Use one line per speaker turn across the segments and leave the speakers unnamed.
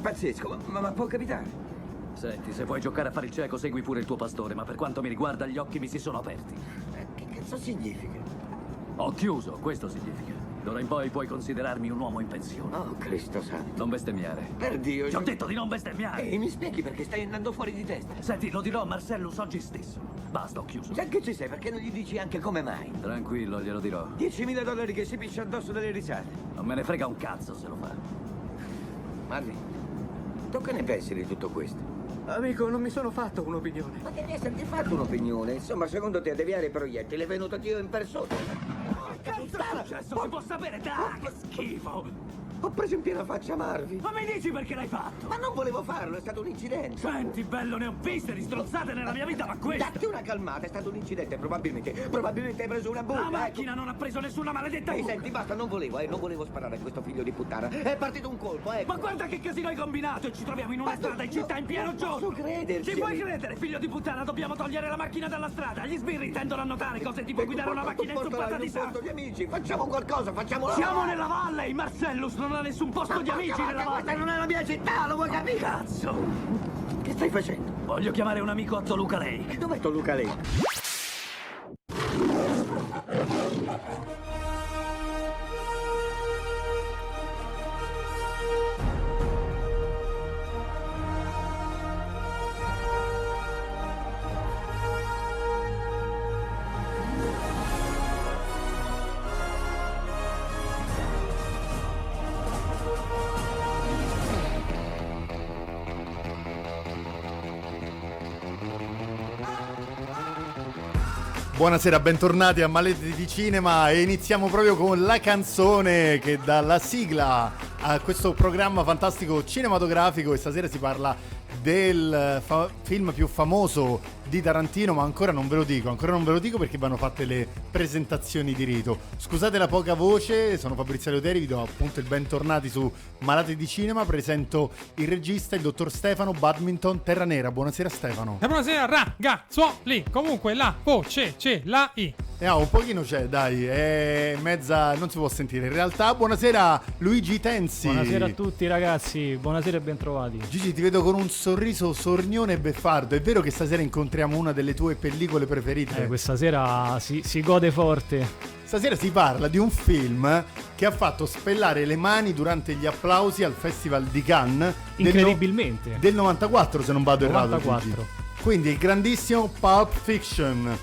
Pazzesco, ma- ma, ma può capitare.
Senti, se vuoi giocare a fare il cieco, segui pure il tuo pastore, ma per quanto mi riguarda gli occhi mi si sono aperti.
Eh, Che cazzo significa?
Ho chiuso, questo significa. D'ora in poi puoi considerarmi un uomo in pensione.
Oh, Cristo santo.
Non bestemmiare.
Per Dio, Eh,
Ti ho
io...
detto di non bestemmiare!
Ehi, mi spieghi perché stai andando fuori di testa?
Senti, lo dirò a Marcellus oggi stesso. Basta, ho chiuso.
Già che ci sei, perché non gli dici anche come mai?
Tranquillo, glielo dirò.
10.000 dollari che si piscia addosso dalle risate.
Non me ne frega un cazzo se lo fa.
Marvin, tu che ne pensi di tutto questo?
Amico, non mi sono fatto un'opinione.
Ma devi esserti fatto un'opinione. Insomma, secondo te a deviare i proiettili è venuto Dio in persona.
Cazzo, si può sapere,
Oh,
dai, che schifo!
Ho preso in piena faccia Marvin.
Ma mi dici perché l'hai fatto?
Ma non volevo farlo, è stato un incidente.
Senti, bello, ne ho viste di strozzate nella mia vita, ma questa...
Datti una calmata, è stato un incidente, probabilmente. Probabilmente hai preso una buca.
La
ecco.
macchina non ha preso nessuna maledetta
Ehi,
buca.
senti, basta, non volevo, eh, non volevo sparare a questo figlio di puttana. È partito un colpo, ecco.
Ma guarda che casino hai combinato e ci troviamo in una
Ma tu-
strada in città
no,
in pieno
non
giorno!
posso crederci.
Ci puoi credere, figlio di puttana, dobbiamo togliere la macchina dalla strada! Gli sbirri tendono a notare cose tipo
Ecco,
guidare una macchina inzuppata di sangue!
gli amici, facciamo qualcosa, facciamo la...
Siamo nella valle, il Marcellus non ha nessun posto di amici nella
Questa
valle!
non è la mia città, lo vuoi capire?
Cazzo!
Che stai facendo?
Voglio chiamare un amico a Toluca Lake!
E dov'è Luca Lei?
Buonasera, bentornati a Maletti di Cinema e iniziamo proprio con la canzone che dà la sigla a questo programma fantastico cinematografico e stasera si parla del eh, fa- film più famoso di Tarantino, ma ancora non ve lo dico, ancora non ve lo dico perché vanno fatte le presentazioni di rito. Scusate la poca voce, sono Fabrizio Leoteri, vi do appunto il bentornati su Malati di Cinema, presento il regista, il dottor Stefano Badminton Terra Nera. Buonasera Stefano.
E buonasera ragazzuoli Comunque la voce c'è la I
Eh, ah, un pochino c'è, dai, è mezza, non si può sentire. In realtà, buonasera Luigi Tensi.
Buonasera a tutti ragazzi, buonasera e Eh, bentrovati.
Gigi, ti vedo con un sorriso sornione e beffardo. È vero che stasera incontriamo una delle tue pellicole preferite?
Eh, questa sera si, si gode forte.
Stasera si parla di un film che ha fatto spellare le mani durante gli applausi al Festival di Cannes. del no-
Incredibilmente.
Del 94, se non vado errato.
94.
Gigi. Quindi il grandissimo Pulp Fiction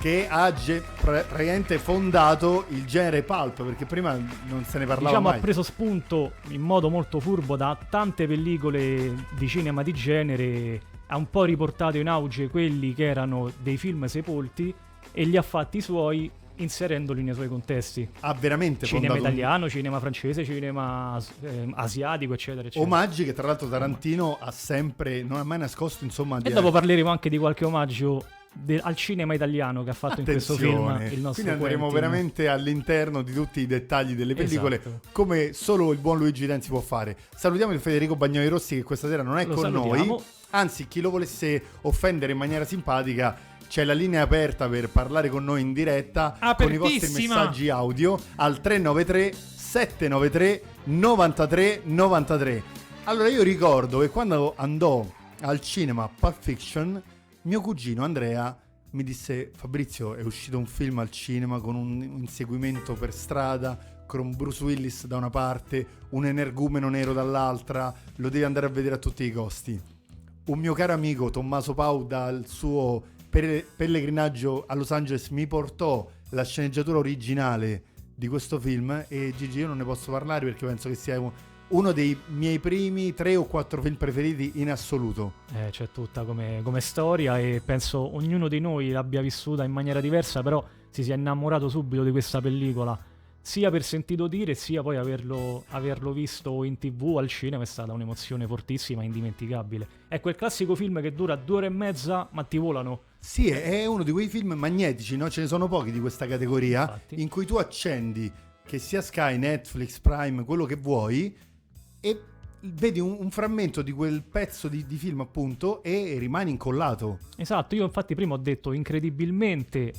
che ha ge- pre- praticamente fondato il genere pulp, perché prima non se ne parlava
Diciamo
mai.
ha preso spunto in modo molto furbo da tante pellicole di cinema di genere, ha un po' riportato in auge quelli che erano dei film sepolti e li ha fatti suoi inserendoli nei suoi contesti.
ha veramente
Cinema
fondato un-
italiano, cinema francese, cinema eh, asiatico, eccetera, eccetera.
omaggi che tra l'altro Tarantino ha sempre non ha mai nascosto, insomma,
E
di-
dopo parleremo anche di qualche omaggio de- al cinema italiano che ha fatto in questo
Attenzione.
film il nostro
Quindi andremo
Quentin.
veramente all'interno di tutti i dettagli delle pellicole,
Esatto.
come solo il buon Luigi Renzi può fare. Salutiamo il Federico Bagnoli Rossi che questa sera non è
Lo
con noi.
salutiamo.
Anzi, chi lo volesse offendere in maniera simpatica, c'è la linea aperta per parlare con noi in diretta con i vostri
Apertissima.
messaggi audio al 393 793 93 93. Allora io ricordo che quando andò al cinema Pulp Fiction, mio cugino Andrea mi disse Fabrizio è uscito un film al cinema con un inseguimento per strada con Bruce Willis da una parte, un energumeno nero dall'altra, lo devi andare a vedere a tutti i costi. Un mio caro amico Tommaso Pau dal suo pere- pellegrinaggio a Los Angeles mi portò la sceneggiatura originale di questo film e Gigi io non ne posso parlare perché penso che sia un- uno dei miei primi tre o quattro film preferiti in assoluto.
Eh, c'è tutta come, come storia e penso ognuno di noi l'abbia vissuta in maniera diversa, però si sia innamorato subito di questa pellicola, sia per sentito dire, sia poi averlo, averlo visto in tv al cinema è stata un'emozione fortissima e indimenticabile. È quel classico film che dura due ore e mezza, ma ti volano.
Sì, è è uno di quei film magnetici, no? ce ne sono pochi di questa categoria,
Infatti.
in cui tu accendi che sia Sky, Netflix, Prime, quello che vuoi, e vedi un, un frammento di quel pezzo di, di film appunto e rimani incollato.
Esatto, io infatti prima ho detto incredibilmente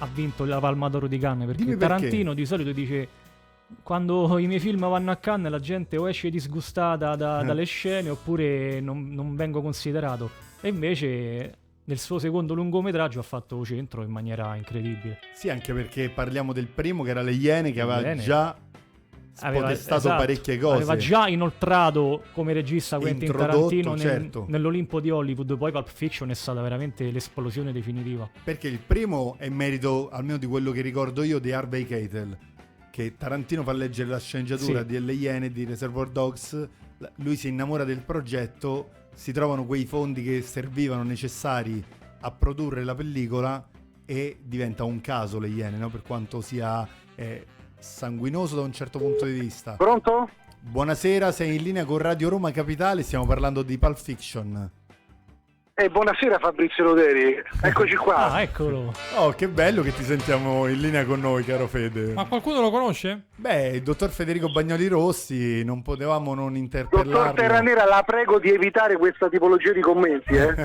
ha vinto la Palma d'Oro di Cannes perché
Dimmi perché.
Tarantino di solito dice Quando i miei film vanno a Cannes la gente o esce disgustata
Eh.
da- dalle scene oppure non, non vengo considerato. E invece nel suo secondo lungometraggio ha fatto centro in maniera incredibile.
Sì, anche perché parliamo del primo che era Le Iene, che aveva
Iene.
già spodestato
esatto,
parecchie cose.
Aveva già inoltrato come regista Quentin
Introdotto,
Tarantino nel-
certo.
nell'Olimpo di Hollywood. Poi Pulp Fiction è stata veramente l'esplosione definitiva.
Perché il primo è merito, almeno di quello che ricordo io, di Harvey Keitel. Che Tarantino fa leggere la sceneggiatura
Sì.
di Le Iene, di Reservoir Dogs. la- Lui si innamora del progetto, si trovano quei fondi che servivano necessari a produrre la pellicola e diventa un caso Le Iene, no? per quanto sia eh, sanguinoso da un certo punto di vista.
Pronto?
Buonasera, sei in linea con Radio Roma Capitale, stiamo parlando di Pulp Fiction.
Eh, buonasera Fabrizio Roderi, eccoci qua.
Ah, eccolo.
Oh, che bello che ti sentiamo in linea con noi, caro Fede.
Ma qualcuno lo conosce?
Beh, il dottor Federico Bagnoli Rossi, non potevamo non
Dottor
interpellarlo.
Terranera, la prego di evitare questa tipologia di commenti, eh.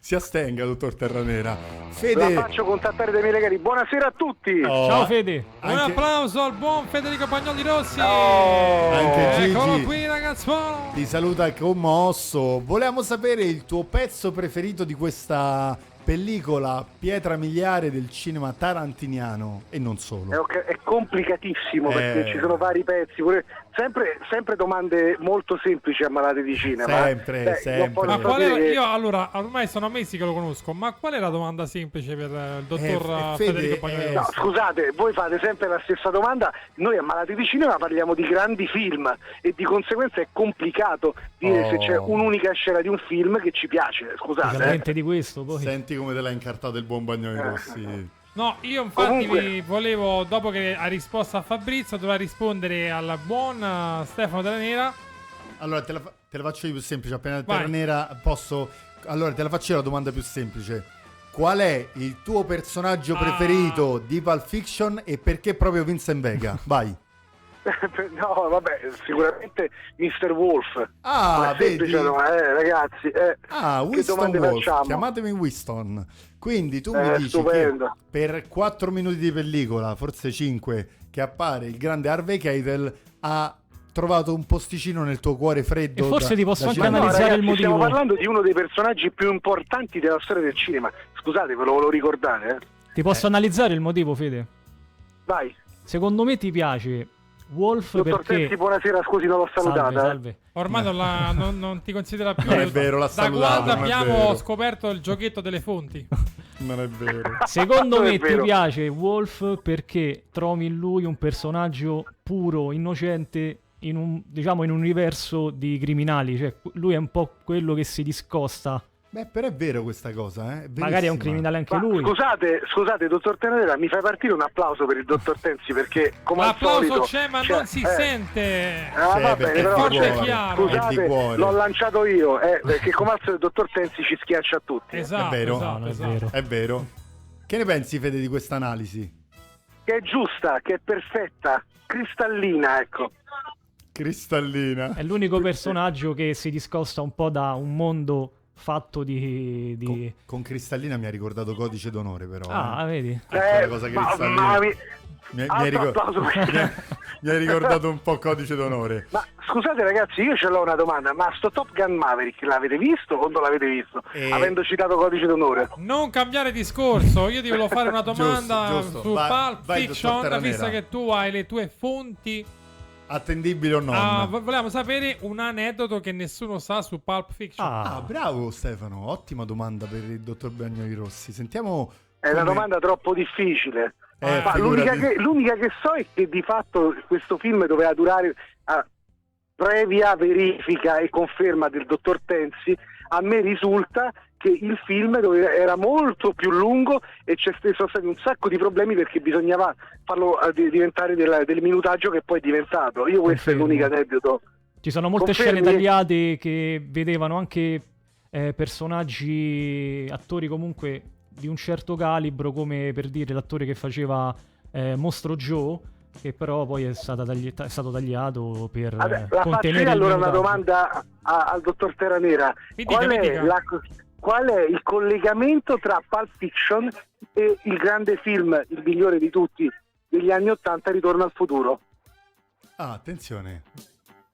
si astenga, dottor Terranera.
La
Fede,
faccio contattare dai miei ragazzi. Buonasera a tutti.
Oh,
Ciao
a-
Fede.
Un
Anche,
applauso al buon Federico Bagnoli Rossi!
anche
Eh, Eccolo
Gigi
qui ragazzuolo!
ti saluta commosso. Volevamo sapere il tuo pezzo preferito di questa pellicola pietra miliare del cinema tarantiniano e non
È,
solo.
ok- è complicatissimo perché
Eh.
ci sono vari pezzi, pure- sempre, sempre domande molto semplici a malati di cinema.
Sempre,
Beh, io
sempre.
poi
Ma
non
qual
sapere
era,
che-
io allora, ormai sono mesi che lo conosco, ma qual è la domanda semplice per eh, il dottor
eh,
eh,
Fede,
Federico Bagnoli
eh,
No,
Rossi?
scusate, voi fate sempre la stessa domanda, noi a Malati di Cinema parliamo di grandi film e di conseguenza è complicato dire
Oh.
se c'è un'unica scena di un film che ci piace, scusate. eh.
Esattamente di questo poi.
Senti come te l'ha incartato il buon Bagnoli Rossi.
No, io infatti
Comunque-
vi volevo, dopo che ha risposto a Fabrizio, doveva rispondere al buon eh, Stefano Della Nera.
Allora, te la, fa- te la faccio io più semplice. Appena
Vai.
Ternera posso. Allora, te la faccio io la domanda più semplice. Qual è il tuo personaggio
Ah.
preferito di Pulp Fiction e perché proprio Vincent Vega? Vai.
no, vabbè, sicuramente Mr. Wolf.
Ah,
Ma è semplice,
vedi?
no, eh, ragazzi, eh,
Ah,
che
Winston
domande
Wolf.
facciamo?
Chiamatemi Winston. Quindi tu
Eh,
mi dici che
stupendo.
per 4 minuti di pellicola, forse 5, che appare il grande Harvey Keitel ha trovato un posticino nel tuo cuore freddo.
E forse
da-
ti posso
da
anche
Ma
cinema.
no,
analizzare il
ragazzi, Stiamo
motivo.
parlando di uno dei personaggi più importanti della storia del cinema. Scusate, ve lo volevo ricordare. eh.
Ti posso analizzare il motivo, Fede?
Vai,
Secondo me ti piace Wolf
dottor
perché
Terzi, buonasera, scusi, non l'ho salutata.
Salve,
eh.
salve.
Ormai non, la- non- non ti considera più.
Non è vero, l'ha
Da
salutato,
quando
non è
abbiamo
vero.
scoperto il giochetto delle fonti.
Non è vero.
Secondo
Non è
me ti
vero.
piace Wolf perché trovi in lui un personaggio puro, innocente, in un, diciamo in un universo di criminali. Cioè, lui è un po' quello che si discosta.
Beh, però è vero questa cosa, eh?
Magari è un
verissima.
criminale anche
Ma
lui.
Scusate, scusate, dottor Tenera, mi fai partire un applauso per il dottor Tenzi perché come al
L'applauso
solito
c'è, ma
cioè,
non si
eh,
sente.
Ah,
C'è,
va
perché
bene, però,
è
forte e
cioè,
chiaro.
È di
Scusate,
cuore.
l'ho lanciato io, eh, perché come al solito il dottor Tenzi ci schiaccia a tutti.
Esatto,
È vero.
esatto,
No, non è
esatto.
vero.
È vero. Che ne pensi, Fede, di questa analisi?
Che è giusta, che è perfetta, cristallina, ecco.
Cristallina.
È l'unico personaggio che si discosta un po' da un mondo fatto di... di-
Con, con Cristallina mi ha ricordato Codice d'Onore, però.
Ah,
eh.
vedi?
Ecco la cosa
ma-
cristallina.
ma mi-
Mi, mi hai
altro
ricor-
applauso per-
mi hai- mi hai ricordato un po' Codice d'Onore.
Ma scusate ragazzi, io ce l'ho una domanda, ma sto Top Gun Maverick l'avete visto o non l'avete visto?
Eh.
Avendo citato codice d'onore.
Non cambiare discorso, io ti volevo fare una domanda
Giusto, giusto.
su
Vai-
Pulp
vai, dottor
Fiction,
Terranera.
visto che tu hai le tue fonti.
Attendibile o no?
Ah,
Ah,
vo- volevamo sapere un aneddoto che nessuno sa su Pulp Fiction.
Ah,
bravo Stefano, ottima domanda per il dottor Bagnoli Rossi. Sentiamo...
È una
come-
domanda troppo difficile.
Eh,
Ma
figurati.
l'unica che, l'unica che so è che di fatto questo film doveva durare ah, previa verifica e conferma del dottor Tenzi, a me risulta che il film doveva- era molto più lungo e ci sono stati un sacco di problemi perché bisognava farlo eh, di- diventare del, del minutaggio che poi è diventato. Io questo è
Confermo.
l'unico aneddoto.
Ci sono molte
Confermi?
scene tagliate che vedevano anche eh, personaggi, attori comunque di un certo calibro, come per dire l'attore che faceva eh, Mostro Joe, che però poi è, stata tagli- ta- è stato tagliato per eh,
Vabbè, la faccio
contenere
io
il
allora una
minutaggio.
domanda a- a- al dottor Terranera.
Mi dica,
Qual
mi
è,
dica.
la- qual è il collegamento tra Pulp Fiction e il grande film, il migliore di tutti, degli anni Ottanta, Ritorno al futuro?
Ah, attenzione.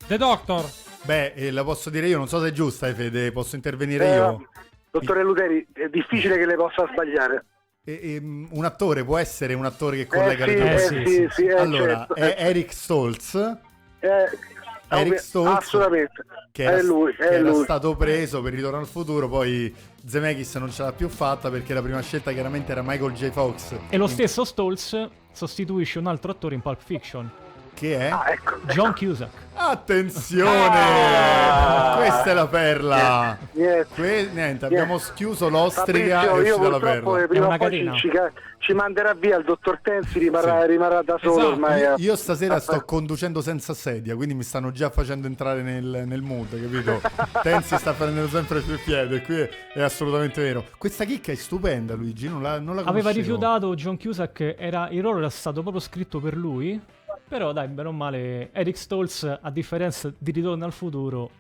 The Doctor.
Beh, eh, la posso dire io, non so se è giusta, eh, Fede, posso intervenire
Eh,
io.
Dottore Luteri, è difficile che le possa sbagliare.
E- e, mm, un attore può essere un attore che collega
sì,
le due
eh,
cose?
sì, sì, sì, eh,
allora,
certo.
è Eric Stoltz,
Eh,
Eric
ovvio-
Stoltz,
assolutamente.
che
è
era,
lui,
che
è
era
lui.
stato preso per Ritorno al Futuro, poi Zemeckis non ce l'ha più fatta perché la prima scelta chiaramente era Michael J. Fox,
E lo stesso Stolz sostituisce un altro attore in Pulp Fiction,
che è...
Ah, ecco.
John Cusack.
Ah!
Attenzione! Questa è la perla!
Niente.
Que- niente, abbiamo
Niente.
chiuso l'ostrica
Fabrizio,
e è
io
uscita la
purtroppo
perla.
È
prima
una
o poi
catena.
ci, ci ca- ci manderà via il dottor Tensi, rimarrà,
Sì.
rimarrà da solo
Esatto,
ormai. eh.
Io-
a-
Io stasera
a-
sto conducendo senza sedia, quindi mi stanno già facendo entrare nel, nel mood, capito? Tensi sta prendendo sempre più piede, qui è, è assolutamente vero. Questa chicca è stupenda, Luigi, non la, non la
Aveva
conoscevo.
rifiutato John Cusack, era, il ruolo era stato proprio scritto per lui, però dai, bene o male, Eric Stolz, a differenza di Ritorno al Futuro,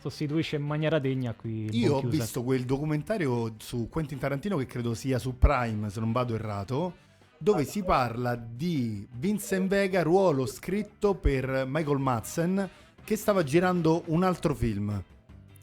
sostituisce in maniera degna qui il
Io
buon
ho
Cusack.
visto quel documentario su Quentin Tarantino che credo sia su Prime, se non vado errato, dove si parla di Vincent Vega, ruolo scritto per Michael Madsen, che stava girando un altro film.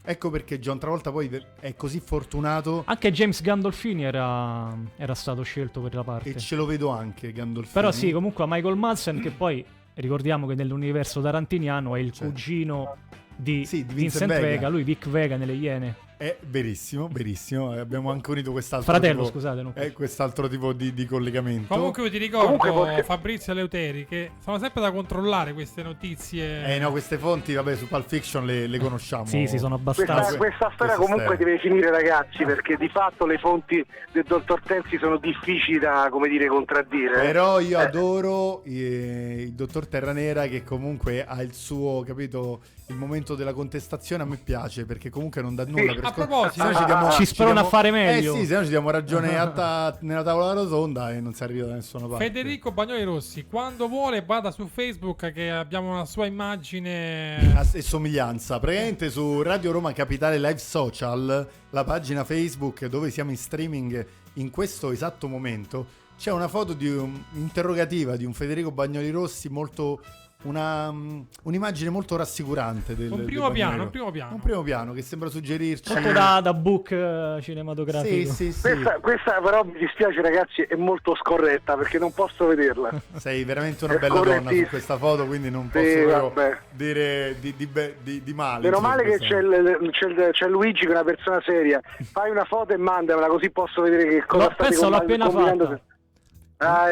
Ecco perché John Travolta poi ve- è così fortunato
Anche James Gandolfini era, era stato scelto per la parte.
e ce lo vedo anche Gandolfini.
Però sì, comunque a Michael Madsen, che poi ricordiamo che nell'universo tarantiniano è il
Certo.
cugino di,
Sì, di Vincent
Vincent,
Vega.
Vega. lui Vic Vega nelle Iene.
È verissimo, verissimo. Eh, Abbiamo anche unito quest'altro
Fratello,
tipo,
scusate, non
eh, quest'altro tipo di, di collegamento.
Comunque io ti ricordo,
Comunque posso-
Fabrizio Leuteri, che sono sempre da controllare queste notizie.
Eh no, queste fonti, vabbè, su Pulp Fiction le, le conosciamo.
Sì, sì, sono
Questa,
abbastanza.
questa
Questa
storia comunque
storia.
deve finire ragazzi perché di fatto le fonti del dottor Tensi sono difficili da come dire contraddire. eh.
Però io
Eh,
adoro eh, il dottor Terranera che comunque ha il suo, capito, il momento della contestazione a me piace perché comunque non dà nulla per
A
scon-
proposito, ah,
se no diamo-
Ci sprona
diamo-
a fare meglio.
Eh sì, se no ci diamo ragione a ta- nella tavola rotonda e non si arriva da nessuna parte.
Federico Bagnoli Rossi, quando vuole vada su Facebook che abbiamo una sua immagine.
A- e somiglianza. Praticamente su Radio Roma Capitale Live Social, la pagina Facebook dove siamo in streaming in questo esatto momento, c'è una foto di un- interrogativa di un Federico Bagnoli Rossi molto una, mm, un'immagine molto rassicurante del,
Un
del
primo
Bagnoli
piano, un
Rossi.
primo piano.
Un primo piano che sembra suggerirci
Molto da, da book eh, cinematografico.
Sì, sì, sì.
Questa, questa però mi dispiace ragazzi è molto scorretta perché non posso vederla.
Sei veramente una
È
bella donna su
correttissimo.
questa foto, quindi non
Sì,
posso proprio
vabbè.
dire di, di be- di- di male.
Meno
su
male che
questa-
c'è, il- c'è il- c'è Luigi che è una persona seria. Fai una foto e mandamela così posso vedere che cosa
L'ho-
state
penso l'ho
combi-
appena
combinando.
fatta.
Ah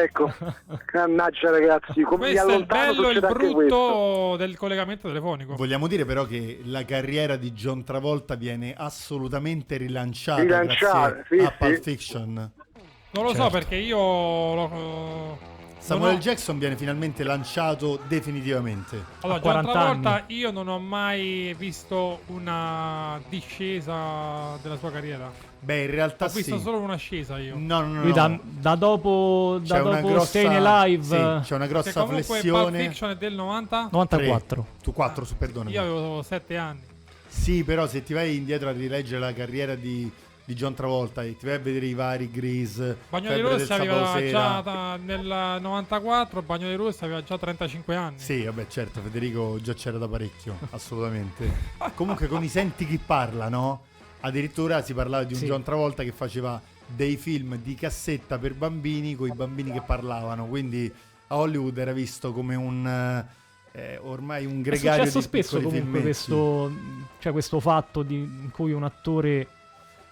ecco, mannaggia ragazzi, come mi
questo è il
allontano
bello e il
succede anche questo.
brutto del collegamento telefonico.
Vogliamo dire però che la carriera di John Travolta viene assolutamente rilanciata,
Rilanciata,
grazie
sì,
a Pulp
sì.
Fiction.
Non lo so
Certo.
perché io lo- eh,
Samuel
non ho-
Jackson viene finalmente lanciato definitivamente.
Allora,
A
già
40
un'altra volta io non ho mai visto una discesa della sua carriera.
Beh, in realtà
Ho visto
Ah, sì.
solo un'ascesa io.
No, no, no.
Lui da,
no.
da dopo, da
C'è una
dopo
grossa-
Stay Alive
sì, c'è una
Che
grossa
comunque Pulp
flessione.
Fiction è del 90.
94.
Tre. Tu 4, su perdonami.
Io avevo 7 anni.
Sì, però se ti vai indietro a rileggere la carriera di, di John Travolta e ti vai a vedere i vari Grease,
Bagnoli
Febbre del
Rossi
Sabato
aveva
Sera.
già da- nel 94, Bagnoli Rossi aveva già 35 anni.
Sì, vabbè, certo, Federico già c'era da parecchio, assolutamente. Comunque con i senti chi parla, no? Addirittura si parlava di un
Sì.
John Travolta che faceva dei film di cassetta per bambini con i bambini che parlavano, quindi a Hollywood era visto come un eh, ormai un
È
gregario
successo
di
spesso
piccoli
comunque
filmetti.
questo, cioè, questo fatto di, in cui un attore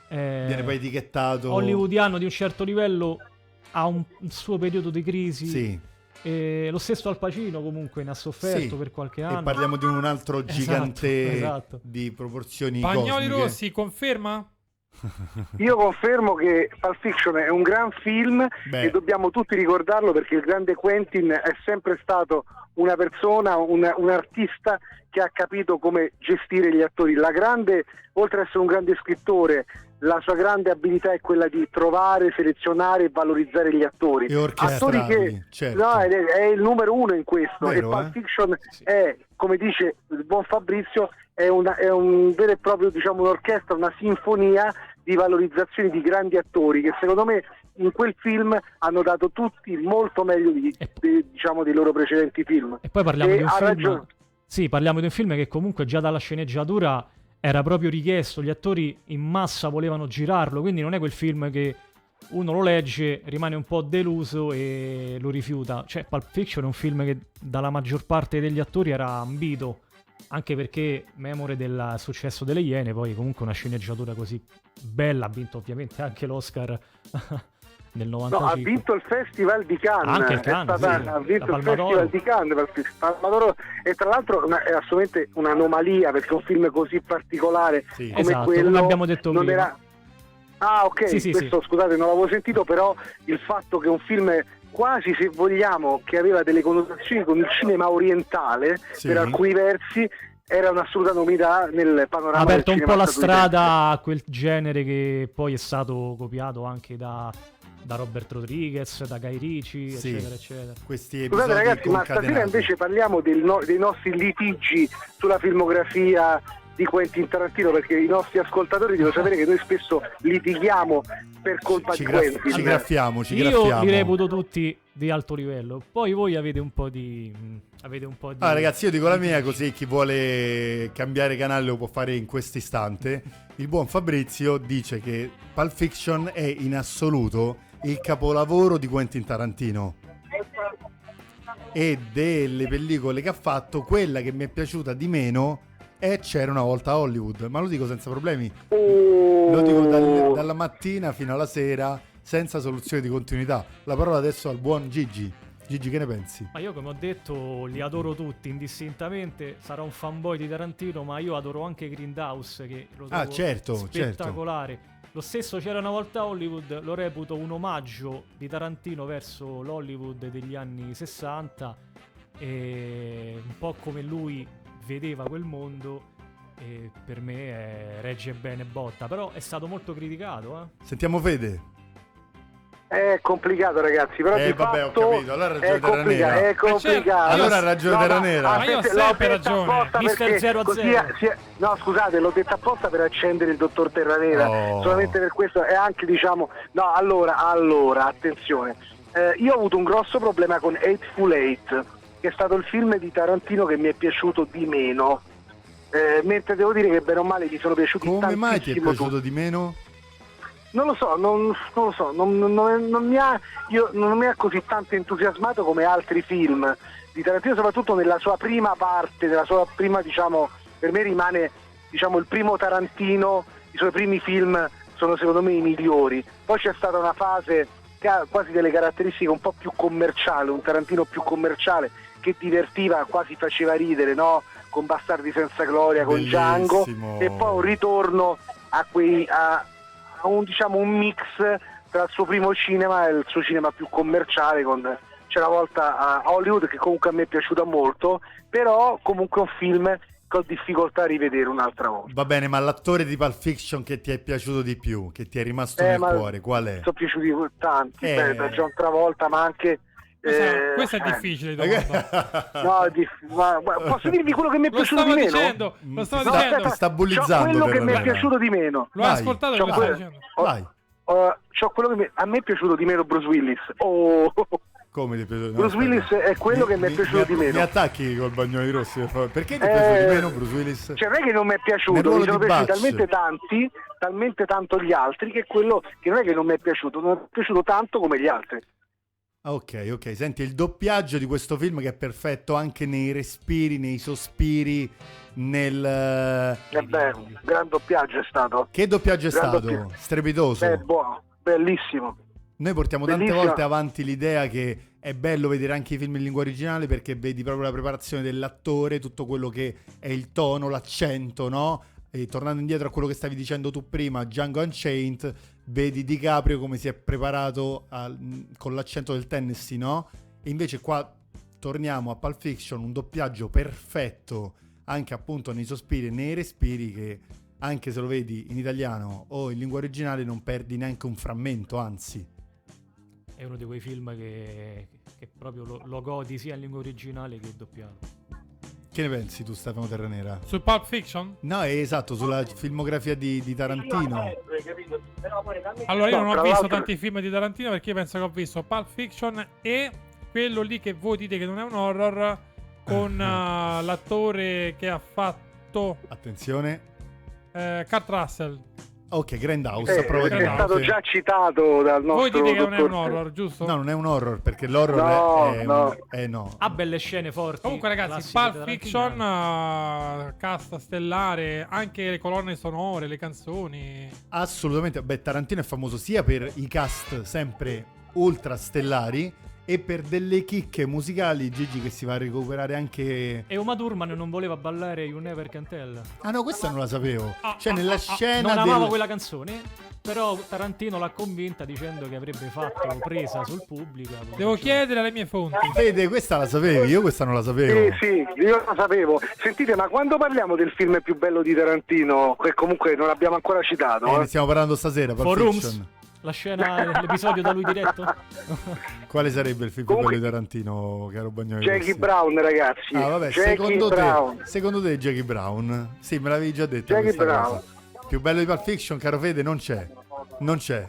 eh,
viene poi etichettato
hollywoodiano di un certo livello ha un, un suo periodo di crisi.
Sì.
E lo stesso Al Pacino comunque ne ha sofferto
Sì.
per qualche
E
anno.
parliamo di un altro
Esatto,
gigante
esatto.
di proporzioni
Bagnoli
cosmiche.
Rossi conferma?
Io confermo che Pulp Fiction è un gran film
Beh.
e dobbiamo tutti ricordarlo perché il grande Quentin è sempre stato una persona, un, un artista che ha capito come gestire gli attori. La grande, oltre ad essere un grande scrittore, la sua grande abilità è quella di trovare, selezionare e valorizzare gli attori.
E
attori
orchestrarli,
che
certo.
no, è, è il numero uno in questo
Vero,
e Pulp
eh?
Fiction
Sì.
è, come dice il buon Fabrizio, è, una- è un vero e proprio diciamo un'orchestra, una sinfonia di valorizzazione di grandi attori che secondo me in quel film hanno dato tutti molto meglio di-
E-
di- diciamo, dei loro precedenti film.
E poi parliamo
E
di un
ha
film.
ragione.
Sì, parliamo di un film che comunque già dalla sceneggiatura era proprio richiesto, gli attori in massa volevano girarlo, quindi non è quel film che uno lo legge, rimane un po' deluso e lo rifiuta. Cioè, Pulp Fiction è un film che dalla maggior parte degli attori era ambito, anche perché memore del successo delle Iene, poi comunque una sceneggiatura così bella, ha vinto ovviamente anche l'Oscar nel 95.
No, ha vinto il Festival di Cannes,
Ah, Anche il
è
Cannes,
stata-
sì,
ha vinto
la
il
Palma d'Oro.
Festival di Cannes, perché Palma d'Oro- e tra l'altro una- è assolutamente un'anomalia perché un film così particolare
Sì.
come
Esatto,
quello
come abbiamo detto
non
prima.
era... Ah ok,
Sì, sì,
questo scusate non l'avevo sentito, però il fatto che un film quasi se vogliamo che aveva delle connotazioni con il cinema orientale
Sì.
per alcuni versi era un'assoluta novità nel
ha
panorama del
aperto un
cinema
po' la
statunitense.
strada a quel genere che poi è stato copiato anche da, da Robert Rodriguez, da Guy Ricci,
Sì.
eccetera, eccetera.
Questi episodi
Scusate ragazzi, ma stasera
concatenati.
invece parliamo del no- dei nostri litigi sulla filmografia di Quentin Tarantino perché i nostri ascoltatori devono sapere che noi spesso litighiamo per colpa
ci,
di eh.
gra-
Quentin.
ci graffiamo, ci
Io
graffiamo.
li reputo tutti di alto livello, poi voi avete un po' di... mh, avete un po' di...
Ah, ragazzi, io dico la mia così chi vuole cambiare canale lo può fare in questo istante. Il buon Fabrizio dice che Pulp Fiction è in assoluto il capolavoro di Quentin Tarantino. E delle pellicole che ha fatto, quella che mi è piaciuta di meno è C'era una volta a Hollywood. Ma lo dico senza problemi.
Oh.
Lo dico dal- dalla mattina fino alla sera, senza soluzione di continuità. La parola adesso al buon Gigi. Gigi, che ne pensi?
Ma io come ho detto li adoro tutti indistintamente, sarò un fanboy di Tarantino, ma io adoro anche Grindhouse che lo trovo
Ah, certo, certo.
spettacolare. Lo stesso c'era una volta a Hollywood, lo reputo un omaggio di Tarantino verso l'Hollywood degli anni 60 e un po' come lui vedeva quel mondo e per me è- regge bene botta, però è stato molto criticato, eh.
Sentiamo Fede.
È complicato ragazzi, però
Eh,
di
vabbè, ho
fatto
capito, allora ha ragione
è complica-
Terranera.
è complicato.
certo, Allora ha ragione
No, ma
Terranera.
aspetta,
Ma io ho
l'ho
sempre
detta
ragione.
apposta
Mister
perché
0 a
così
0.
si è- No, scusate, l'ho detta apposta per accendere il dottor Terranera,
Oh.
solamente per questo e anche diciamo No, allora, allora, attenzione. Eh, io ho avuto un grosso problema con Eightful Eight, che è stato il film di Tarantino che mi è piaciuto di meno. Eh, mentre devo dire che bene o male mi sono piaciuti
Come mai ti è
tantissimo tutti.
piaciuto di meno?
Non lo so, non, non lo so, non, non- non- non mi ha, io- non mi ha così tanto entusiasmato come altri film di Tarantino, soprattutto nella sua prima parte, nella sua prima, diciamo, per me rimane diciamo, il primo Tarantino, i suoi primi film sono secondo me i migliori. Poi c'è stata una fase che ha quasi delle caratteristiche un po' più commerciale, un Tarantino più commerciale che divertiva, quasi faceva ridere, no? Con Bastardi senza gloria, con Django
Bellissimo.
e poi un ritorno a quei a, a un diciamo un mix tra il suo primo cinema e il suo cinema più commerciale con c'è una volta a Hollywood che comunque a me è piaciuta molto però comunque è un film che ho difficoltà a rivedere un'altra volta
Va bene, ma l'attore di Pulp Fiction che ti è piaciuto di più, che ti è rimasto
Eh,
nel
ma
cuore, qual è?
mi sono piaciuti tanti
Eh.
beh, da John Travolta ma anche
Questa,
eh,
questa è
eh,
difficile domanda.
no, è diff- ma- ma posso dirvi quello che mi è
Lo
piaciuto di
stavo
meno?
dicendo, lo stavo
Mm. No,
dicendo.
aspetta. sta bullizzando,
c'ho quello che mi
Terranera.
è piaciuto di meno
L'ho
Vai.
ascoltato che
C'ho
lo stavo
quello-
dicendo.
ho-
Vai,
Eh, c'ho quello che mi- a me è piaciuto di meno Bruce Willis. Oh,
come ti è piaciuto? no,
Bruce Willis
aspetta.
è quello che mi è piaciuto di meno.
Mi attacchi col bagnoli rossi, per favore. Perché ti è
Eh,
piaciuto di meno Bruce Willis?
cioè non è che non mi è
Nel
piaciuto,
ruolo
mi sono
di
piaciuti
Butch.
talmente tanti, talmente tanto gli altri che quello che non è che non mi è piaciuto, non mi è piaciuto tanto come gli altri.
Ah, Ok, ok, senti il doppiaggio di questo film che è perfetto anche nei respiri, nei sospiri, nel... eh,
E beh, un gran doppiaggio è stato.
Che doppiaggio è
Gran
stato?
doppiaggio.
Strepitoso.
Beh, buono, bellissimo.
Noi portiamo tante
Bellissimo.
volte avanti l'idea che è bello vedere anche i film in lingua originale perché vedi proprio la preparazione dell'attore, tutto quello che è il tono, l'accento, no? E tornando indietro a quello che stavi dicendo tu prima, Django Unchained, vedi DiCaprio come si è preparato al- con l'accento del Tennessee, no? E invece qua torniamo a Pulp Fiction, un doppiaggio perfetto anche appunto nei sospiri e nei respiri che anche se lo vedi in italiano o in lingua originale non perdi neanche un frammento, anzi.
È uno di quei film che, che proprio lo, lo godi sia in lingua originale che doppiato.
Che ne pensi tu, Stefano Terranera?
Su Pulp Fiction?
No, è esatto, sulla filmografia di, di Tarantino.
eh.
Allora io
No,
non ho visto
tra l'altro-
tanti film di Tarantino perché io penso che ho visto Pulp Fiction e quello lì che voi dite che non è un horror con eh, l'attore che ha fatto
Attenzione.
eh, Kurt Russell.
Ok, Grindhouse,
Eh,
a prova di
è
no,
stato
notte.
già citato dal
Voi
nostro
dite che non è un
dottor-
horror, giusto?
No, non è un horror, perché l'horror
No,
è... è Un...
no.
Eh no.
Ha belle scene forti.
Comunque ragazzi,
classiche
Pulp
Tarantino.
Fiction, eh, casta stellare, anche le colonne sonore, le canzoni.
Assolutamente. Beh, Tarantino è famoso sia per i cast sempre ultrastellari e per delle chicche musicali, Gigi, che si va a recuperare anche...
E Uma Thurman non voleva ballare You Never Can Tell.
Ah no, questa non la sapevo.
Ah,
Cioè,
ah,
nella
ah, ah,
scena
Non amava
del-
quella canzone, però Tarantino l'ha convinta dicendo che avrebbe fatto presa sul pubblico. cioè,
Devo
Cioè,
chiedere alle mie fonti.
Vede, questa la sapevi, io questa non la sapevo.
Sì, sì, io lo sapevo. Sentite, ma quando parliamo del film più bello di Tarantino, che comunque non abbiamo ancora citato,
Eh,
eh,
ne stiamo parlando stasera, Pulp
For Rooms,
Fiction.
la scena, l'episodio da lui diretto.
Quale sarebbe il film più
Comunque-
bello di Tarantino, caro Bagnoli?
Jackie
Rossi?
Brown, ragazzi.
Ah, vabbè,
Jackie
secondo
Brown.
te, secondo te Jackie Brown? Sì, me l'avevi già detto.
Jackie
questa
Brown.
cosa. Più bello di Pulp Fiction, caro Fede, non c'è. Non c'è.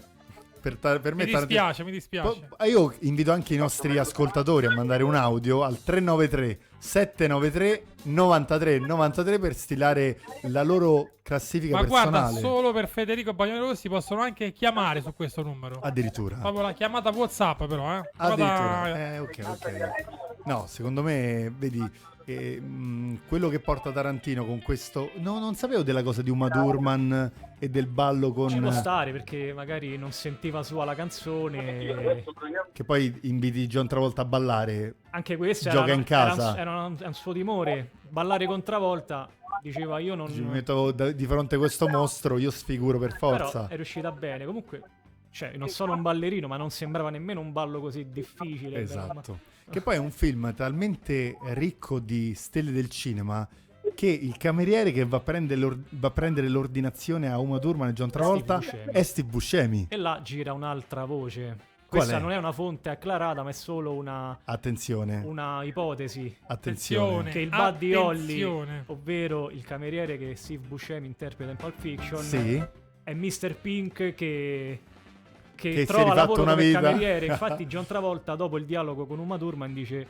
Per, ta- per me Boh,
Mi
Tarantino-
dispiace, mi dispiace.
Po- Io invito anche i nostri ascoltatori a mandare un audio al 393 793 93 93 per stilare la loro classifica
Ma guarda,
personale.
solo per Federico Bagnoli Rossi possono anche chiamare su questo numero.
Addirittura.
Proprio la chiamata WhatsApp, però, eh. Guarda-
Ah, Addirittura. Eh, ok, ok. No, secondo me, vedi, eh, mh, quello che porta Tarantino con questo... No, non sapevo della cosa di Uma Thurman e del ballo
Ci può
con...
stare perché magari non sentiva sua la canzone.
Che poi inviti John Travolta a ballare.
Anche questo
Gioca
era,
in casa.
era un, era un- un suo timore. Ballare con Travolta diceva io non...
Ci metto da- di fronte a questo mostro, io sfiguro per
Però
forza.
è riuscita bene. Comunque, cioè, non sono un ballerino, ma non sembrava nemmeno un ballo così difficile.
Esatto. Che poi è un film talmente ricco di stelle del cinema che il cameriere che va a prendere, l'or- va a prendere l'ordinazione a Uma Thurman e John Travolta
Steve Buscemi.
è Steve Buscemi.
E là gira un'altra voce.
Qual
Questa
è?
non è una fonte acclarata, ma è solo una,
Attenzione,
una ipotesi.
attenzione. Oh,
Che il Buddy
Attenzione.
Holly, ovvero il cameriere che Steve Buscemi interpreta in Pulp Fiction,
Sì,
è Mr. Pink che, che
Che si è
trova
rifatto
lavoro
una
come
vita.
cameriere. Infatti, John Travolta, dopo il dialogo con Uma Thurman, dice.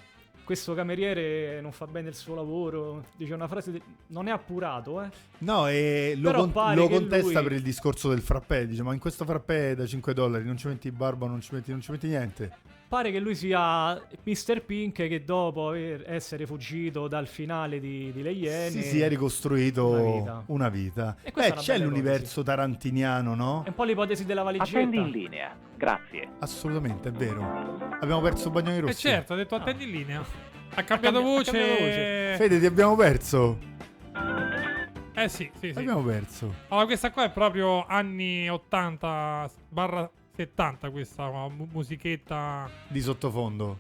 Questo cameriere non fa bene il suo lavoro. Dice una frase. de- Non è appurato, eh.
no, e lo,
Però
con-
pare
lo
che
contesta
lui-
per il discorso del frappè. Dice: Ma in questo frappè da 5 dollari non ci metti il barbo, non ci metti, non ci metti niente.
Pare che lui sia Mr. Pink che dopo aver- essere fuggito dal finale di, di Le Iene
Sì, sì, è ricostruito
Una
una
vita.
vita.
E questa è
Eh,
una
c'è
bella Eh.
l'universo tarantiniano, no?
È un po' l'ipotesi della valigetta.
linea. Grazie.
Assolutamente, è vero. Abbiamo perso
Eh,
Bagnoli
E
Rossi.
certo, ha detto attendi in linea. Ha cambiato
cambiato- Ah. ha
voce.
cambiato voce.
Fede, ti abbiamo perso.
Eh sì, sì, sì.
Abbiamo perso.
Allora, questa qua è proprio anni 80 barra 70 questa ma mu- musichetta.
Di sottofondo.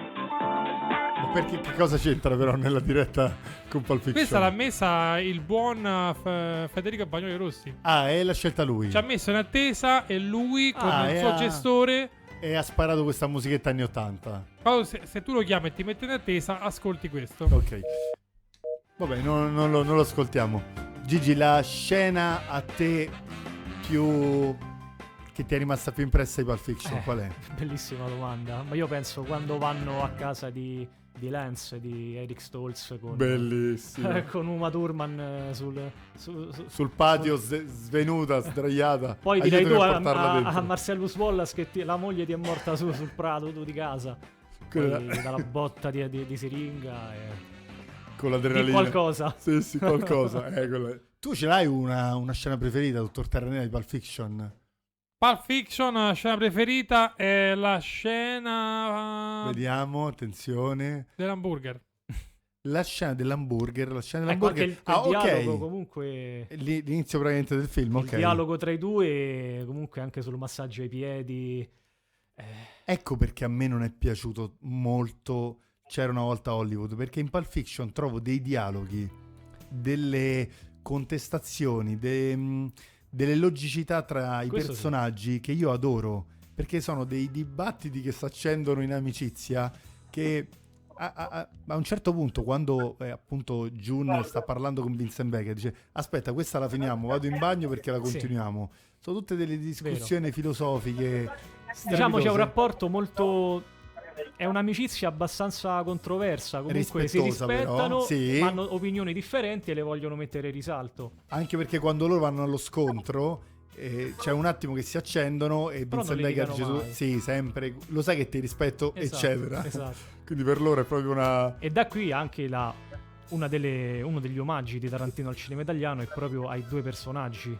Ma Perché che cosa c'entra però nella diretta con Pulp Fiction?
Questa l'ha messa il buon eh, F- Federico Bagnoli Rossi.
Ah, e l'ha scelta lui.
Ci ha messo in attesa e lui con
Ah,
il
e
suo
ha-
gestore
E ha sparato questa musichetta anni 80.
Paolo, se, se tu lo chiami e ti metti in attesa, ascolti questo.
Ok. Vabbè, non, non lo, non lo ascoltiamo. Gigi, la scena a te più... che ti è rimasta più impressa di Pulp Fiction,
Eh.
qual è?
Bellissima domanda. Ma io penso quando vanno a casa di, di Lance, di Eric Stolz con,
Bellissimo.
con Uma Thurman eh, sul, su- su-
Sul patio sve- svenuta, sdraiata.
Poi direi tu
Aiutami
a,
portarla
a,
dentro.
a Marcellus Wallace che ti- la moglie ti è morta su, sul prato tu di casa. Poi
Quella-
gli dà la botta di, di- di siringa e...
con
di
l'adrenalina.
qualcosa.
Sì, sì, qualcosa. eh, quella- Tu ce l'hai una, una scena preferita, dottor Terranera, di Pulp Fiction?
Pulp Fiction, la scena preferita è la scena eh,
Vediamo, attenzione.
dell'hamburger.
La scena dell'hamburger, la scena
Ecco, anche
dell'hamburger.
il, il
ah,
dialogo
ok.
comunque...
Lì- L'inizio praticamente del film, ok.
Il dialogo tra i due, comunque anche sul massaggio ai piedi. eh,
Ecco perché a me non è piaciuto molto C'era una volta a Hollywood, perché in Pulp Fiction trovo dei dialoghi, delle contestazioni, de- mh, delle logicità tra i
Questo sì.
personaggi che io adoro, perché sono dei dibattiti che si accendono in amicizia che a, a- a- a un certo punto, quando eh, appunto Jun sta parlando con Vincent Becker, dice: Aspetta, questa la finiamo, vado in bagno perché la
Sì.
continuiamo. Sono tutte delle discussioni filosofiche.
Diciamo c'è un
rapporto
rapporto molto. È un'amicizia abbastanza controversa. Comunque si
Rispettosa, però,
rispettano,
sì.
ma hanno opinioni differenti e le vogliono mettere in risalto.
Anche perché quando loro vanno allo scontro eh, c'è un attimo che si accendono e
Però non
Vincent Becker dice
litigano
tu-
mai.
sì, sempre, lo sai che ti rispetto,
Esatto,
eccetera.
esatto.
Quindi per loro è proprio una...
E da qui anche la- una delle- uno degli omaggi di Tarantino al cinema italiano è proprio ai due personaggi.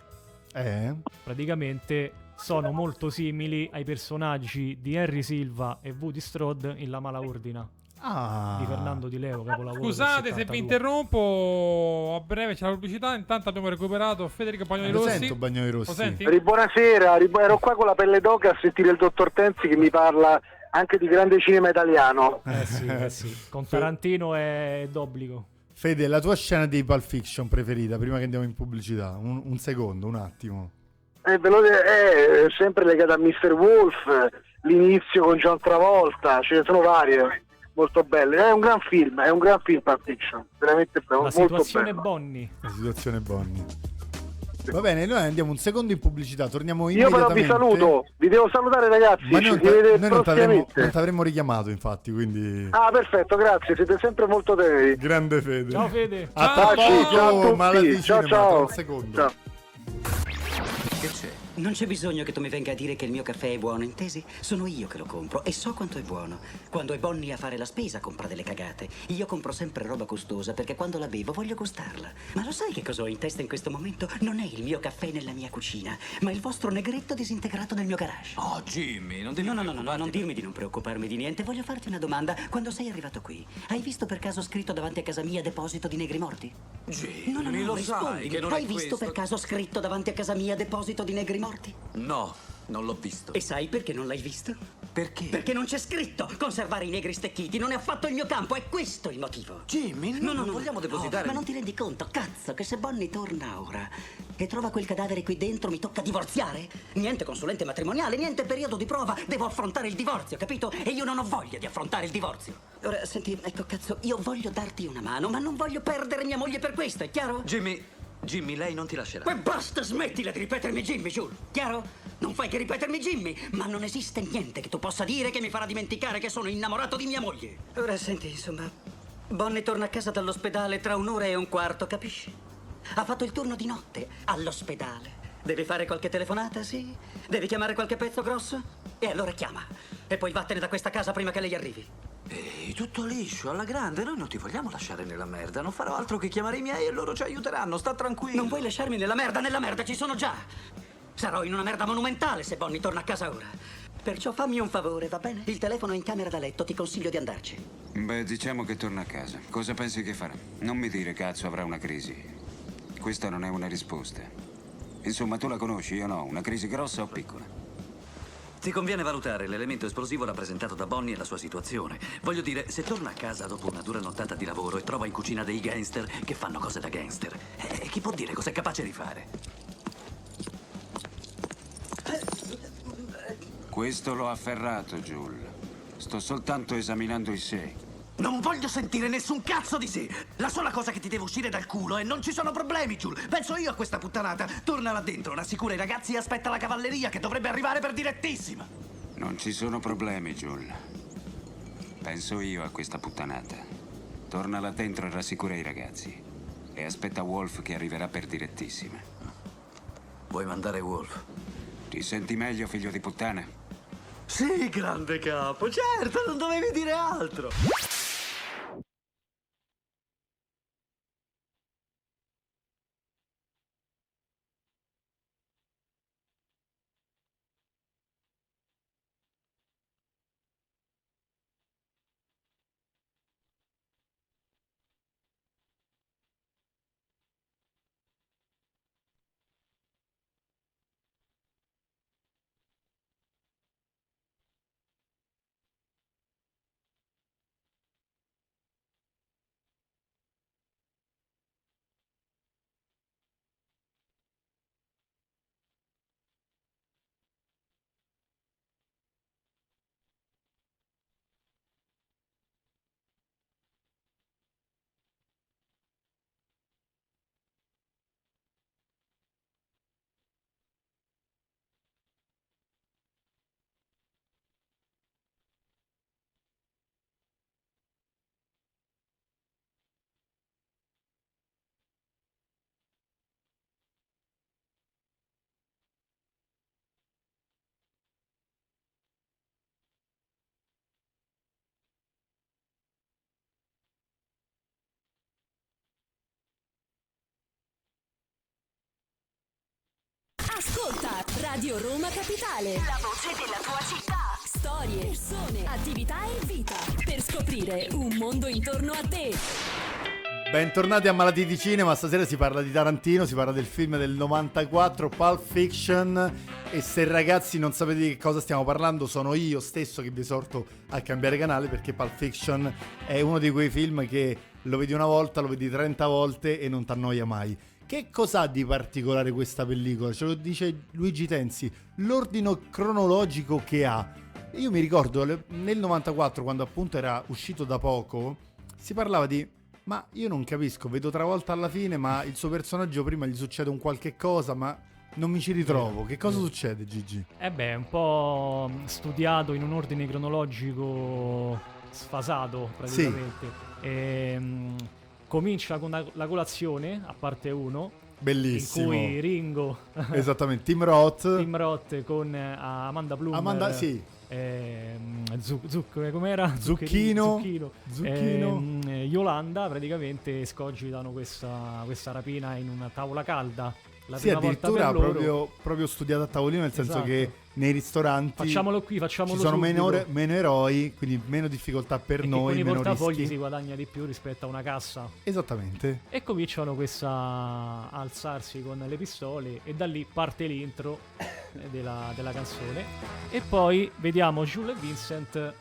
Eh?
Praticamente sono molto simili ai personaggi di Henry Silva e Woody Strode in La Mala Ordina
Ah.
di Fernando Di Leo, capolavoro. del
Scusate se vi
72.
interrompo, a breve c'è la pubblicità, intanto abbiamo recuperato Federico Bagnoli
Lo
Rossi.
sento Bagnoli Rossi.
Lo senti?
Ri- Buonasera, ri- ero qua con la pelle d'oca a sentire il dottor Tenzi che mi parla anche di grande cinema italiano.
Eh sì, eh sì. Con Tarantino è d'obbligo.
Fede, la tua scena di Pulp Fiction preferita, prima che andiamo in pubblicità, un, un secondo, un attimo.
Eh, ve lo de- eh, È sempre legata a Mr. Wolf, eh, l'inizio con John Travolta, ce ne sono varie, molto belle. È un gran film, è un gran film Pulp Fiction, veramente be-
La
molto
situazione
bello.
Bonnie.
La situazione Bonnie. Va bene, noi andiamo un secondo in pubblicità, torniamo
Io però vi
immediatamente.
saluto, vi devo salutare ragazzi,
Ma
ci
noi,
si vede
noi non t'avremmo
prossimamente.
non t'avremmo richiamato infatti, quindi...
Ah perfetto, grazie, siete sempre molto teneri.
Grande Fede.
Ciao Fede.
A
Ciao,
tra
ciao,
poco,
ciao a tutti.
Malati
Ciao,
Cinema,
ciao.
tra un secondo.
Ciao.
Non c'è bisogno che tu mi venga a dire che il mio caffè è buono, intesi? Sono io che lo compro e so quanto è buono. Quando è Bonnie a fare la spesa compra delle cagate. Io compro sempre roba costosa perché quando la bevo voglio gustarla. Ma lo sai che cosa ho in testa in questo momento? Non è il mio caffè nella mia cucina, ma il vostro negretto disintegrato nel mio garage.
Oh, Jimmy, non devi
No, no, no, no, no, non dirmi di non preoccuparmi di niente. Voglio farti una domanda. Quando sei arrivato qui, hai visto per caso scritto davanti a casa mia deposito di negri morti?
Jimmy,
No, no, no,
lo sai
rispondimi.
che non
Hai
è
visto
questo.
per caso scritto davanti a casa mia deposito di negri morti?
No, non l'ho visto.
E sai perché non l'hai visto?
Perché?
Perché non c'è scritto conservare i negri stecchiti, non è affatto il mio campo, è questo il motivo.
Jimmy, no, non vogliamo depositare.
No, ma non ti rendi conto, cazzo, che se Bonnie torna ora e trova quel cadavere qui dentro, mi tocca divorziare? Niente consulente matrimoniale, niente periodo di prova, devo affrontare il divorzio, capito? E io non ho voglia di affrontare il divorzio. Ora, senti, ecco, cazzo, io voglio darti una mano, ma non voglio perdere mia moglie per questo, è chiaro?
Jimmy, Jimmy, lei non ti lascerà.
E basta, smettila di ripetermi Jimmy, Jules, chiaro? Non fai che ripetermi Jimmy, ma non esiste niente che tu possa dire che mi farà dimenticare che sono innamorato di mia moglie. Ora senti, insomma, Bonnie torna a casa dall'ospedale tra un'ora e un quarto, capisci? Ha fatto il turno di notte all'ospedale. Devi fare qualche telefonata, sì? Devi chiamare qualche pezzo grosso? E allora chiama. E poi vattene da questa casa prima che lei arrivi.
Ehi, tutto liscio, alla grande. Noi non ti vogliamo lasciare nella merda. Non farò altro che chiamare i miei e loro ci aiuteranno. Sta tranquillo.
Non vuoi lasciarmi nella merda? Nella merda ci sono già! Sarò in una merda monumentale se Bonnie torna a casa ora. Perciò fammi un favore, va bene? Il telefono è in camera da letto, ti consiglio di andarci.
Beh, diciamo che torna a casa. Cosa pensi che farà? Non mi dire cazzo avrà una crisi. Questa non è una risposta. Insomma, tu la conosci, io no. Una crisi grossa o piccola?
Ti conviene valutare l'elemento esplosivo rappresentato da Bonnie e la sua situazione. Voglio dire, se torna a casa dopo una dura nottata di lavoro e trova in cucina dei gangster che fanno cose da gangster, eh, chi può dire cos'è capace di fare?
Questo l'ho afferrato, Jules. Sto soltanto esaminando i sé.
Non voglio sentire nessun cazzo di sé! La sola cosa che ti deve uscire dal culo è non ci sono problemi, Jules! Penso io a questa puttanata! Torna là dentro, rassicura i ragazzi e aspetta la cavalleria che dovrebbe arrivare per direttissima!
Non ci sono problemi, Jules. Penso io a questa puttanata. Torna là dentro e rassicura i ragazzi. E aspetta Wolf che arriverà per direttissima.
Vuoi mandare Wolf?
Ti senti meglio, figlio di puttana?
Sì, grande capo, certo, non dovevi dire altro!
Ascolta Radio Roma Capitale. La voce della tua città. Storie, persone, attività e vita. Per scoprire un mondo intorno a te.
Bentornati a Malati di Cinema, stasera si parla di Tarantino, si parla del film del 94, Pulp Fiction e se ragazzi non sapete di che cosa stiamo parlando sono io stesso che vi esorto a cambiare canale perché Pulp Fiction è uno di quei film che lo vedi una volta, lo vedi 30 volte e non ti annoia mai. Che cos'ha di particolare questa pellicola? Ce lo dice Luigi Tenzi, l'ordine cronologico che ha. Io mi ricordo le- nel 94 quando appunto era uscito da poco si parlava di ma io non capisco, vedo travolta alla fine, ma il suo personaggio prima gli succede un qualche cosa, ma non mi ci ritrovo. Che cosa succede, Gigi?
Eh beh, è un po' studiato in un ordine cronologico sfasato praticamente. Ehm, comincia con la, la colazione, a parte 1, in
Bellissimo.
cui Ringo
Esattamente, Tim Roth.
Tim Roth con eh, Amanda Bloom.
Amanda- sì.
ehm, Zu- Zuc- com'era?
Zucchino,
Zucchino.
Zucchino.
ehm, eh, Yolanda praticamente scogitano questa, questa rapina in una tavola calda. La
sì,
prima volta per
addirittura
loro.
proprio, proprio studiato a tavolino, nel senso
Esatto.
che nei ristoranti
Facciamolo qui, facciamolo
ci sono
subito.
meno, ore- meno eroi, quindi meno difficoltà per
E che
noi,
con i
meno
portafogli
rischi.
si guadagna di più rispetto a una cassa.
Esattamente.
E cominciano questa a alzarsi con le pistole e da lì parte l'intro eh, della, della canzone. E poi vediamo Jules e Vincent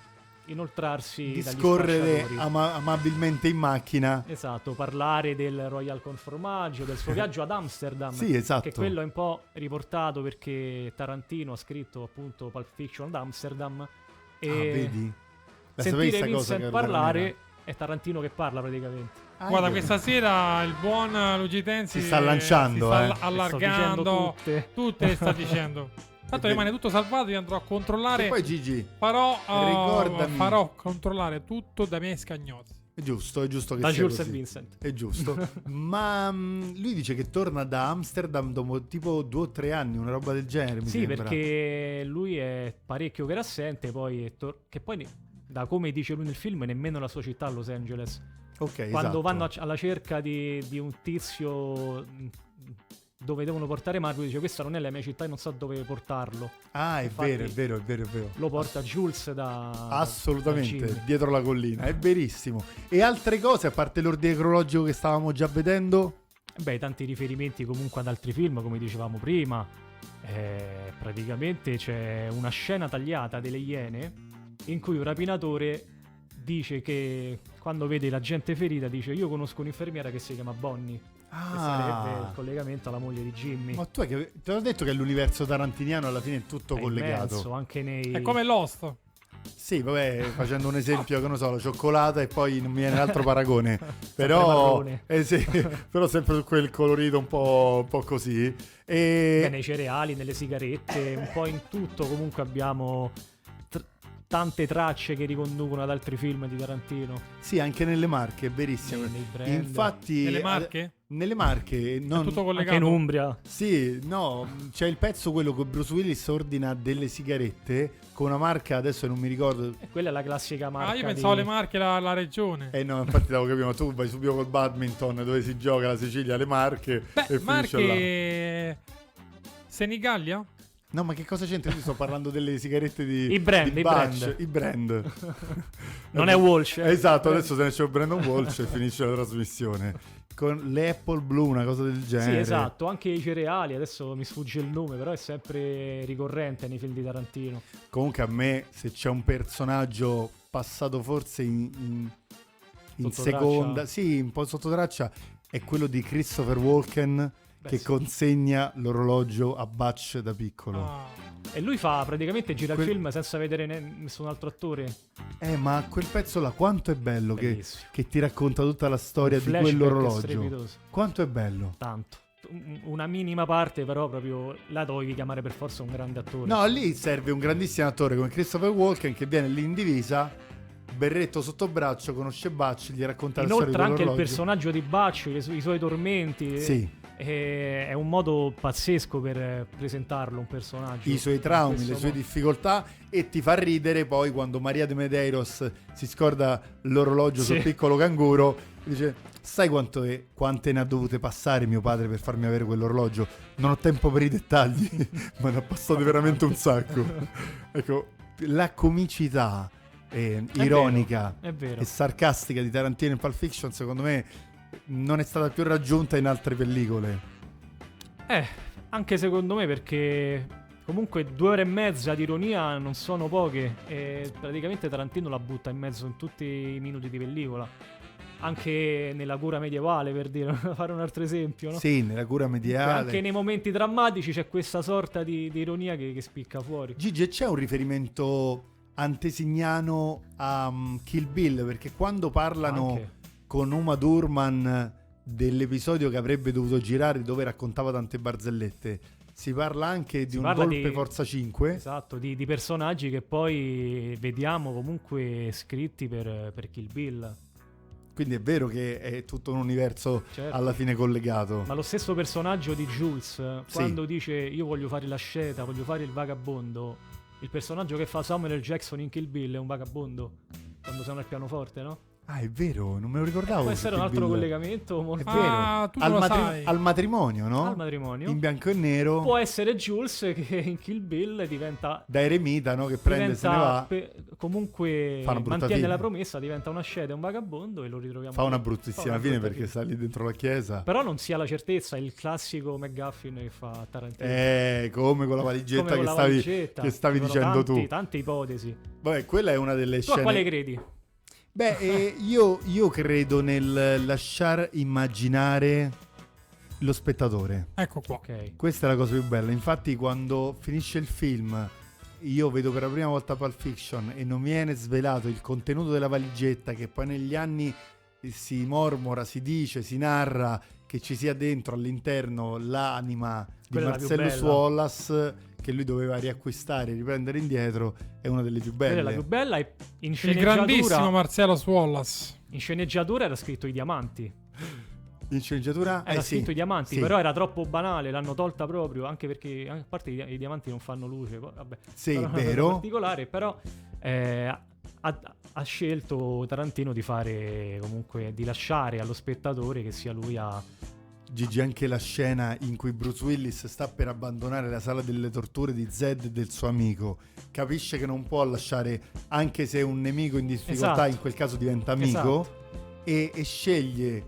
inoltrarsi dagli
Discorrere
spacciatori.
ama- amabilmente in macchina.
Esatto, parlare del Royal Conformaggio, del suo viaggio ad Amsterdam.
Eh. Sì, esatto.
Che quello è un po' riportato perché Tarantino ha scritto appunto Pulp Fiction ad Amsterdam. E
Ah, vedi? La sapevi
sentire
sta cosa, Carlo
Vincent parlare
Carmela?
è Tarantino che parla praticamente.
Guarda, questa sera il buon eh, Luigi Tenzi
Si sta lanciando,
si sta
eh.
all- allargando
Le sto dicendo tutte.
tutte le sta dicendo. Tanto rimane tutto salvato, io andrò a controllare.
E poi Gigi,
farò,
oh,
eh,
ricordami.
farò controllare tutto dai miei scagnozzi.
È giusto, è giusto che
Da
sia
Jules e
così.
Vincent.
È giusto. Ma mm, lui dice che torna da Amsterdam dopo tipo due o tre anni, una roba del genere, mi
Sì,
sembra.
perché lui è parecchio che era assente, poi è tor- che poi, ne- da come dice lui nel film, nemmeno la sua città, Los Angeles.
Ok,
Quando
esatto.
vanno a- alla cerca di, di un tizio mh, dove devono portare Marco, dice questa non è la mia città e non so dove portarlo.
Ah, è
Infatti,
vero, è vero, è vero, è vero.
Lo porta Jules da... da
Assolutamente,
Jimmy.
dietro la collina, è verissimo. E altre cose, a parte l'ordine cronologico che stavamo già vedendo?
Beh, tanti riferimenti comunque ad altri film, come dicevamo prima. Eh, praticamente c'è una scena tagliata delle Iene in cui un rapinatore dice che quando vede la gente ferita dice io conosco un'infermiera che si chiama Bonnie. Che
Ah.
sarebbe il collegamento alla moglie di Jimmy.
Ma tu è che, te l'ho detto che l'universo tarantiniano alla fine è tutto
È
collegato.
immenso, eh. anche nei...
È come Lost.
Sì, vabbè, facendo un esempio, che non so, la cioccolata e poi non mi viene l'altro paragone. però,
marrone.
eh sì, però sempre su quel colorito un po', un po' così. E
Beh, eh, nei cereali, nelle sigarette, un po' in tutto comunque abbiamo tr- tante tracce che riconducono ad altri film di Tarantino.
sì, anche nelle marche, è verissimo.
Nei- nei brand.
Infatti,
Nelle
ad-
marche?
nelle marche, eh, non-
È tutto
Anche
collegato.
in Umbria.
Sì, no, c'è il pezzo quello che Bruce Willis ordina delle sigarette con una marca, adesso non mi ricordo.
E quella è la classica marca.
ah, io pensavo
di-
alle marche, la, la regione.
Eh no, infatti l'avevo capito, ma tu vai subito col badminton dove si gioca la Sicilia, le marche
Beh,
e finisce là.
marche. Senigallia?
No, ma che cosa c'entra? Io sto parlando delle sigarette di
I brand,
di
i
Bach,
brand.
i brand.
Non è Walsh. eh.
Esatto, adesso se ne esce Brandon Walsh e finisce la trasmissione. Con le Apple Blue, una cosa del genere.
Sì, esatto, anche i cereali, adesso mi sfugge il nome, però è sempre ricorrente nei film di Tarantino.
Comunque a me, se c'è un personaggio passato forse in, in- in
Sottotraccia.
seconda, sì, un po' sotto traccia, è quello di Christopher Walken
Beh,
che
sì.
consegna l'orologio a Butch da piccolo.
Ah.
E lui fa praticamente gira
Quel-
il film senza vedere ne- nessun altro attore.
Eh, ma quel pezzo là quanto è bello che,
Bellissimo.
che ti racconta tutta la storia di
Flashback
quell'orologio.
strepitoso.
Quanto è bello.
Tanto. Un- Una minima parte, però proprio la dovevi chiamare per forza un grande attore.
No, lì serve un grandissimo attore come Christopher Walken che viene lì in divisa, berretto sotto braccio, conosce Butch, gli racconta la
Inoltre
storia
anche il
dell'orologio.
personaggio di Baccio, i, su- i suoi tormenti.
Sì.
eh, È un modo pazzesco per eh, presentarlo un personaggio.
I suoi
in
traumi,
questo
le sue
modo.
difficoltà e ti fa ridere poi quando Maria de Medeiros si scorda l'orologio
Sì.
sul piccolo canguro Dice, sai quanto è- quante ne ha dovute passare mio padre per farmi avere quell'orologio? Non ho tempo per i dettagli, ma ne ha passate veramente un sacco. ecco, la comicità eh,
vero,
ironica
è vero.
e sarcastica di Tarantino in Pulp Fiction, secondo me, non è stata più raggiunta in altre pellicole.
Eh, anche secondo me perché comunque due ore e mezza di ironia non sono poche e praticamente Tarantino la butta in mezzo in tutti i minuti di pellicola. Anche nella cura medievale, per dire, fare un altro esempio, no? Cioè,
Sì, nella cura mediale.
Anche nei momenti drammatici c'è questa sorta di, di ironia che, che spicca fuori.
Gigi, e c'è un riferimento antesignano a um, Kill Bill? Perché quando parlano
Anche.
con Uma Durman dell'episodio che avrebbe dovuto girare dove raccontava tante barzellette, si parla anche di
Si
un
parla
golpe Forza 5.
Esatto, di, di personaggi che poi vediamo comunque scritti per, per Kill Bill.
Quindi è vero che è tutto un universo
Certo.
alla fine collegato.
Ma lo stesso personaggio di Jules, eh,
Sì.
quando dice io voglio fare l'asceta, voglio fare il vagabondo, il personaggio che fa Samuel L. Jackson in Kill Bill è un vagabondo, quando suona il pianoforte, no?
Ah, è vero, non me lo ricordavo.
Questo
su
era un
Ah, Kill
altro
Bill.
collegamento
È
molto...
vero. al, matri- al matrimonio, no?
Al matrimonio.
In bianco e nero,
Può essere Jules che in Kill Bill diventa...
da eremita, no? Che prende e se ne
diventa
va.
pe- comunque
Fa una brutta
mantiene
fine.
la promessa, diventa una sceta, un vagabondo e lo ritroviamo.
Fa una
lì. Fa
bruttissima
una
fine
brutta
perché sta lì dentro la chiesa.
Però non si ha la certezza, è il classico McGuffin che fa Tarantino.
Eh, come con la valigetta
Come con
che,
la
stavi,
valigetta.
che stavi
Ci sono
dicendo
tanti-
tu.
Tante ipotesi.
Vabbè, quella è una delle
Tu
scene. Oh,
a quale credi?
Beh, eh, io, io credo nel lasciar immaginare lo spettatore.
Ecco qua.
Ok.
Questa è la cosa più bella. Infatti, quando finisce il film, io vedo per la prima volta Pulp Fiction e non viene svelato il contenuto della valigetta che poi negli anni si mormora, si dice, si narra che ci sia dentro all'interno l'anima di
Quella è la più
Marcello
bella.
Suolas che lui doveva riacquistare, riprendere indietro, è una delle più
Quella è la più
belle.
bella e in
Il
sceneggiatura,
grandissimo Marcello Wallace.
in sceneggiatura era scritto i diamanti.
In sceneggiatura
Era
eh, sì,
scritto i diamanti,
sì.
però era troppo banale, l'hanno tolta proprio, anche perché a parte i, dia- i diamanti non fanno luce. poi- Vabbè,
Sì,
Però è una cosa
vero.
particolare, però eh, ha, ha scelto Tarantino di fare comunque di lasciare allo spettatore che sia lui a
Gigi, anche la scena in cui Bruce Willis sta per abbandonare la sala delle torture di Zed e del suo amico. Capisce che non può lasciare, anche se è un nemico in difficoltà,
Esatto.
in quel caso diventa amico, e, e sceglie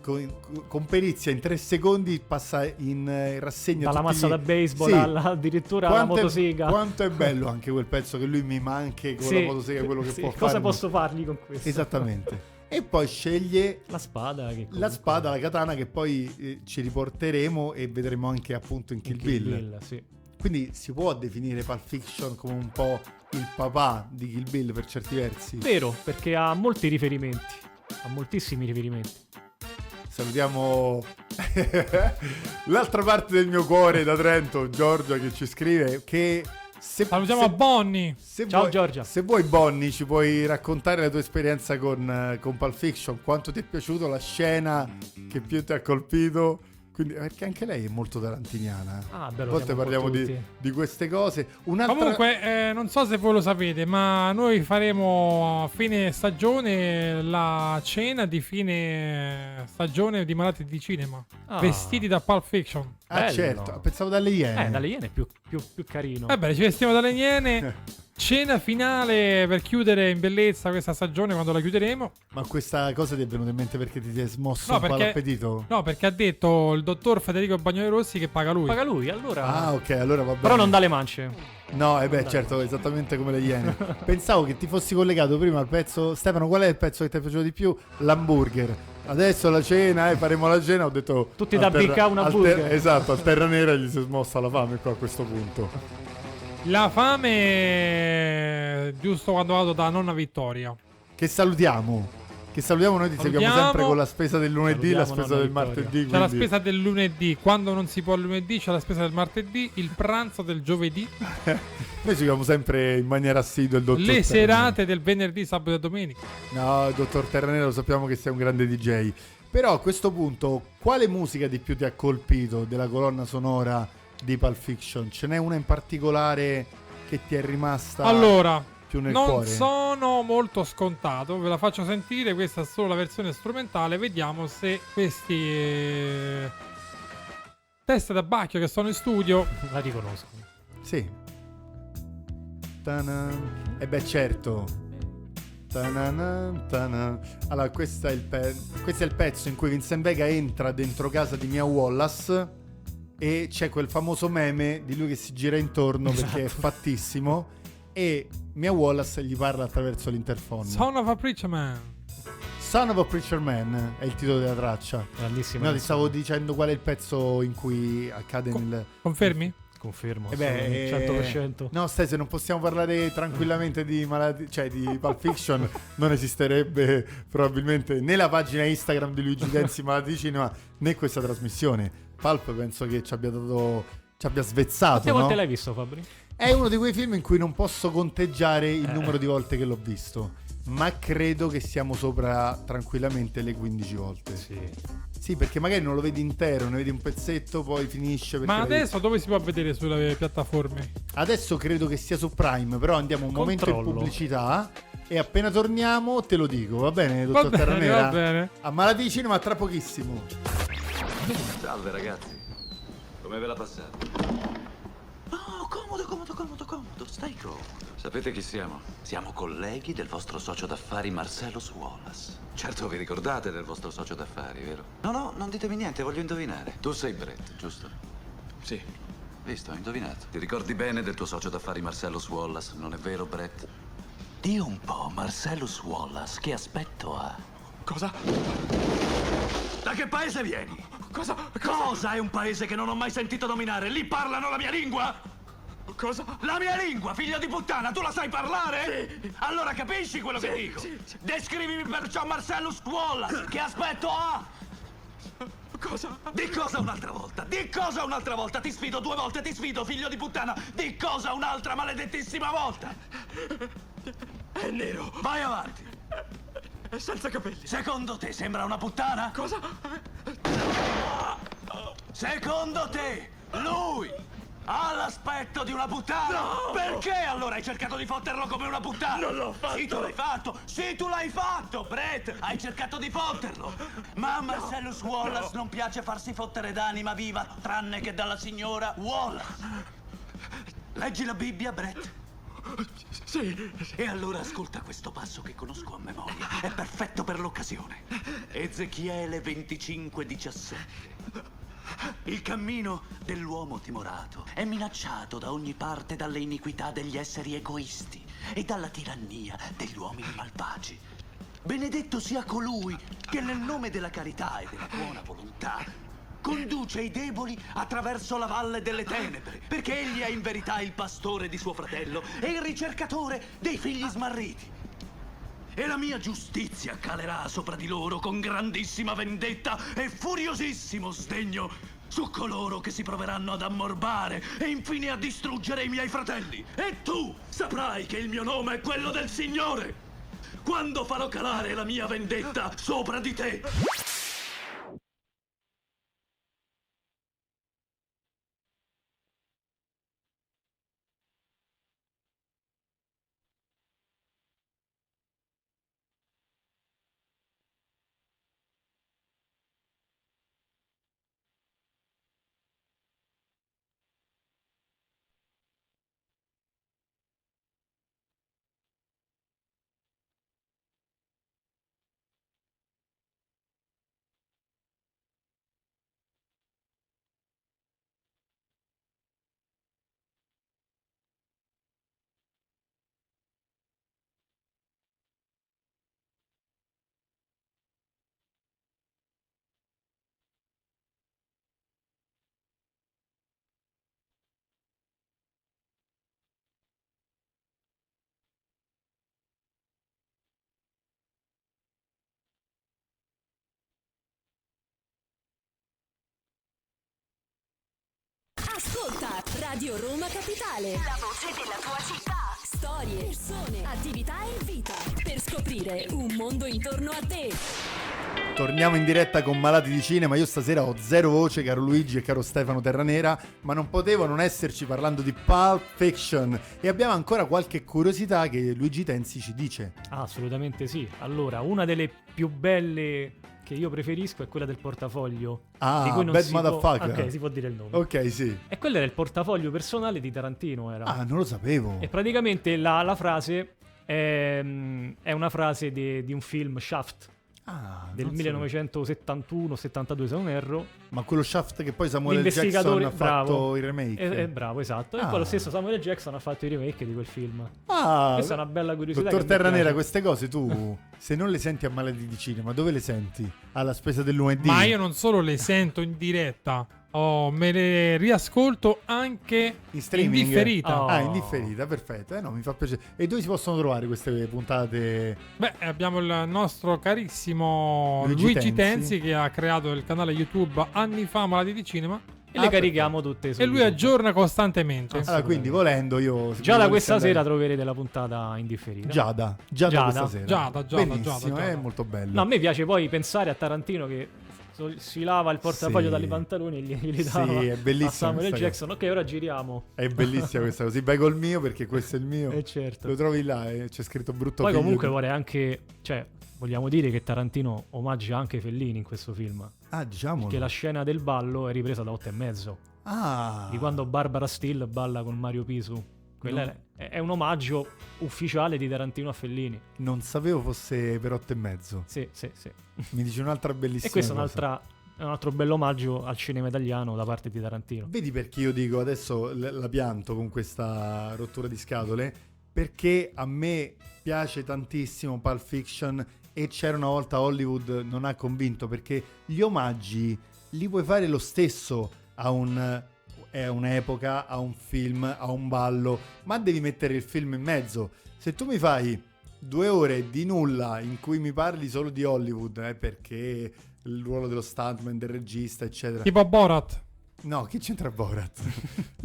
con, con perizia in tre secondi, passa in eh, rassegna
dalla
tutti
mazza
gli-
da baseball
Sì.
alla- addirittura alla
Quanto è-
motosega.
quanto è bello anche quel pezzo che lui mima anche con
Sì,
la motosega quello che
sì,
può
cosa
fare.
posso fargli con questo?
Esattamente. E poi sceglie
La spada che
la
comunque-
spada, la katana che poi eh, ci riporteremo e vedremo anche appunto in Kill,
in Kill
Bill.
Bill, sì.
Quindi si può definire Pulp Fiction come un po' il papà di Kill Bill per certi versi.
Vero, perché ha molti riferimenti. Ha moltissimi riferimenti.
Salutiamo l'altra parte del mio cuore da Trento, Giorgia che ci scrive che se
Salutiamo
se-
a Bonnie.
se
Ciao,
vuoi,
Giorgia.
Se vuoi Bonnie ci puoi raccontare la tua esperienza con, eh, con Pulp Fiction, quanto ti è piaciuto la scena che più ti ha colpito. Quindi, perché anche lei è molto tarantiniana.
Ah,
A
bello.
volte
siamo un po'
parliamo di,
tutti.
di queste cose. Un'altra...
Comunque, eh, non so se voi lo sapete, ma noi faremo a fine stagione la cena di fine stagione di Malati di Cinema.
Ah.
Vestiti da Pulp Fiction.
Ah,
Bello.
certo, pensavo dalle Iene.
Eh, dalle Iene è più, più, più carino.
Vabbè, ci vestiamo dalle Iene. Cena finale per chiudere in bellezza questa stagione quando la chiuderemo.
Ma questa cosa ti è venuta in mente perché ti si è smosso
No
un po'
perché,
l'appetito?
no, perché ha detto il dottor Federico Bagnoli Rossi che paga lui.
Paga lui, allora.
Ah, ok, allora va bene.
Però non dà le mance.
No, eh beh, certo, esattamente come le Iene. Pensavo che ti fossi collegato prima al pezzo... Stefano, qual è il pezzo che ti è piaciuto di più? L'hamburger. Adesso la cena, eh, faremo la cena, ho detto...
Tutti
al
da
terra-
bicca una
al ter-
burger.
Esatto, a Terra Nera gli si è smossa la fame qua a questo punto.
La fame, giusto quando vado da nonna Vittoria.
Che salutiamo. Che salutiamo, noi ti seguiamo
Salutiamo.
sempre con la spesa del lunedì, la
Salutiamo
spesa
nonna
del
Vittoria.
martedì.
C'è la
quindi-
spesa del lunedì, quando non si può il lunedì, c'è la spesa del martedì, il pranzo del giovedì,
Noi seguiamo sempre in maniera assidua il dottor
le
Terra.
serate del venerdì, sabato e domenica.
No, dottor Terranero, sappiamo che sei un grande DJ. Però a questo punto, quale musica di più ti ha colpito della colonna sonora di Pulp Fiction? Ce n'è una in particolare che ti è rimasta
Allora,
più nel
non
cuore.
sono molto scontato, ve la faccio sentire, questa è solo la versione strumentale, vediamo se questi eh, teste da bacchio che sono in studio
la riconosco.
Sì. Tanan. E beh, certo. Tanan, tanan. Allora, questo è, il pe- questo è il pezzo in cui Vincent Vega entra dentro casa di Mia Wallace e c'è quel famoso meme di lui che si gira intorno perché è fattissimo e Mia Wallace gli parla attraverso l'interfono.
Son of a Preacher Man.
Son of a Preacher Man è il titolo della traccia.
Grandissima.
No, ti
canzone.
stavo dicendo qual è il pezzo in cui accade nel...
Confermi?
Confermo,
Eh beh, eh,
assolutamente, 100%.
No, stai, se non possiamo parlare tranquillamente di malati, cioè di Pulp Fiction, non esisterebbe probabilmente né la pagina Instagram di Luigi Densi Malati di Cinema né questa trasmissione. Pulp penso che ci abbia dato ci abbia svezzato,
Quante volte
no?
l'hai visto, Fabri?
È uno di quei film in cui non posso conteggiare il
Eh.
numero di volte che l'ho visto, ma credo che siamo sopra tranquillamente le 15 volte.
Sì.
Eh, Sì, perché magari non lo vedi intero, ne vedi un pezzetto, poi finisce perché
Ma
la vedi-
adesso dove si può vedere sulle piattaforme?
Adesso credo che sia su Prime, però andiamo un momento in
Controllo.
pubblicità e appena torniamo te lo dico, va bene,
Va
dottor
bene,
Terranera?
va bene.
A Malati Cinema tra pochissimo.
Salve ragazzi, come ve la passate? No, comodo, comodo, comodo, comodo, stai comodo. Sapete chi siamo? Siamo colleghi del vostro socio d'affari Marcello Wallace. Certo vi ricordate del vostro socio d'affari, vero? No, no, non ditemi niente, voglio indovinare. Tu sei Brett, giusto? Sì. Visto, ho indovinato. Ti ricordi bene del tuo socio d'affari Marcello Wallace, non è vero Brett? Di un po', Marcello Wallace, che aspetto ha? Cosa?
Da che paese vieni? Cosa? Cosa è un paese che non ho mai sentito nominare? Lì parlano la mia lingua? Cosa? La mia lingua, figlio di puttana, tu la sai parlare? Allora capisci quello che dico? Descrivimi perciò Marcellus Wallace, che aspetto ha? Cosa? Di cosa un'altra volta? Di cosa un'altra volta? Ti sfido due volte, ti sfido, figlio di puttana! Di cosa un'altra maledettissima volta? È nero! Vai avanti! È senza capelli! Secondo te sembra una puttana? Cosa? Secondo te, lui ha l'aspetto di una puttana?
No!
Perché allora hai cercato di fotterlo come una puttana?
Non l'ho fatto!
Sì, tu l'hai fatto! Sì, tu l'hai fatto, Brett! Hai cercato di fotterlo! Ma a Marcellus Wallace non piace farsi fottere d'anima viva, tranne che dalla signora Wallace. Leggi la Bibbia, Brett. Sì. E allora ascolta questo passo che conosco a memoria. È perfetto per l'occasione. Ezechiele 25, 17. Il cammino dell'uomo timorato è minacciato da ogni parte dalle iniquità degli esseri egoisti e dalla tirannia degli uomini malvagi. Benedetto sia colui che nel nome della carità e della buona volontà conduce i deboli attraverso la valle delle tenebre, perché egli è in verità il pastore di suo fratello e il ricercatore dei figli smarriti. E la mia giustizia calerà sopra di loro con grandissima vendetta e furiosissimo sdegno su coloro che si proveranno ad ammorbare e infine a distruggere i miei fratelli. E tu saprai che il mio nome è quello del Signore. Quando farò calare la mia vendetta sopra di te.
Ascolta Radio Roma Capitale. La voce della tua città. Storie, persone, attività e vita. Per scoprire un mondo intorno a te.
Torniamo in diretta con Malati di Cinema. Io stasera ho zero voce, caro Luigi e caro Stefano Terranera, ma non potevo non esserci parlando di Pulp Fiction. E abbiamo ancora qualche curiosità che Luigi Tensi ci dice.
Ah, assolutamente sì. Allora, una delle più belle che io preferisco è quella del portafoglio.
Ah,
di cui non
Bad
si
Motherfucker.
Può... Ok, si può dire il nome.
Ok, sì.
E quello era il portafoglio personale di Tarantino, era.
Ah, non lo sapevo.
E praticamente la, la frase è, mm, è una frase de- di un film, Shaft,
Ah,
del
non so.
1971-72 se non erro.
Ma quello shaft che poi Samuel L.
L'investigatore-
Jackson ha
bravo.
fatto il remake.
Eh, eh, bravo, esatto. E
Ah.
poi lo stesso Samuel L. Jackson ha fatto i remake di quel film.
Ah,
Questa è una bella curiosità.
Dottor
che mi
Terranera,
piace.
queste cose tu, se non le senti a Malati di Cinema, dove le senti? Alla spesa del lunedì?
Ma io non solo le sento in diretta, oh, me le riascolto anche in,
streaming?
differita.
Oh.
Ah, in differita, perfetto. Eh no, mi fa piacere. E dove si possono trovare queste puntate?
Beh, abbiamo il nostro carissimo
Luigi Tenzi.
Luigi, Tenzi. che ha creato il canale YouTube anni fa Malati di Cinema.
E le carichiamo tutte su
E lui
YouTube.
aggiorna costantemente.
Allora, quindi volendo io...
Già da
volessi
questa
andare-
sera troverete la puntata in differita.
Giada, Giada, questa sera.
Giada, Giada,
Bellissimo,
Giada,
è
Giada.
molto bello.
No, a me piace poi pensare a Tarantino che so- si lava il portafoglio
Sì.
dalle pantaloni e gli, gli
Sì,
dava
è bellissima
a Samuel
questa
L. Jackson. Ok, ora giriamo.
È bellissima questa cosa. Sì, Vai col mio perché questo è il mio.
Eh, certo.
Lo trovi là e c'è scritto brutto
Poi
figlio
comunque
di-
vorrei anche, cioè, vogliamo dire che Tarantino omaggia anche Fellini in questo film.
Ah, diciamolo.
Perché la scena del ballo è ripresa da 8 e mezzo.
Ah.
Di quando Barbara Steele balla con Mario Pisu. Quella
No.
è, è un omaggio ufficiale di Tarantino a Fellini.
Non sapevo fosse per otto e mezzo.
Sì, sì, sì.
Mi dice un'altra bellissima
E questo è,
cosa.
un'altra- è un altro bello omaggio al cinema italiano da parte di Tarantino.
Vedi perché io dico adesso l- la pianto con questa rottura di scatole? Perché a me piace tantissimo Pulp Fiction e c'era una volta Hollywood non ha convinto perché gli omaggi li puoi fare lo stesso a un è un'epoca, a un film, a un ballo, ma devi mettere il film in mezzo. Se tu mi fai due ore di nulla in cui mi parli solo di Hollywood, eh, perché il ruolo dello stuntman, del regista, eccetera.
Tipo Borat.
No, che c'entra Borat?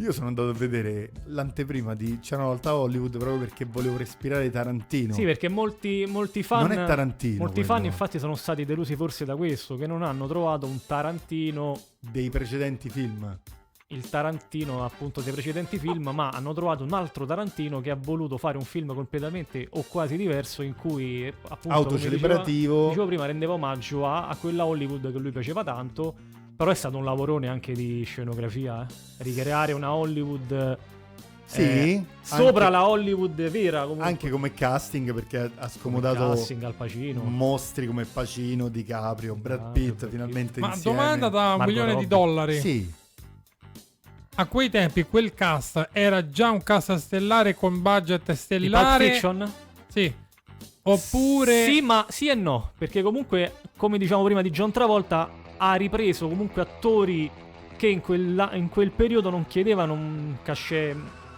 Io sono andato a vedere l'anteprima di C'era una volta a Hollywood proprio perché volevo respirare Tarantino.
Sì, perché molti, molti fan.
Non è Tarantino,
Molti
quello.
fan, infatti, sono stati delusi forse da questo, che non hanno trovato un Tarantino.
Dei precedenti film.
Il Tarantino, appunto, dei precedenti film, ma hanno trovato un altro Tarantino che ha voluto fare un film completamente o quasi diverso, in cui, eh, appunto. come
Autocelebrativo.
Diceva, dicevo prima, rendeva omaggio a, a quella Hollywood che lui piaceva tanto. Però è stato un lavorone anche di scenografia. eh. Ricreare una Hollywood. eh,
Sì, anche-
sopra la Hollywood vera, comunque.
Anche come casting perché ha- ha scomodato
casting, Al Pacino.
mostri come Pacino, Di Caprio, Brad Pitt finalmente
Ma
insieme.
domanda da un
Margot
milione di
Robbie.
dollari.
Sì,
A quei tempi quel cast era già un cast stellare con budget
Di
stellare.
Pulp Fiction?
Sì. Oppure
Sì, ma sì e no, perché comunque, come diciamo prima di John Travolta, ha ripreso comunque attori che in, quella- in quel periodo non chiedevano un cachet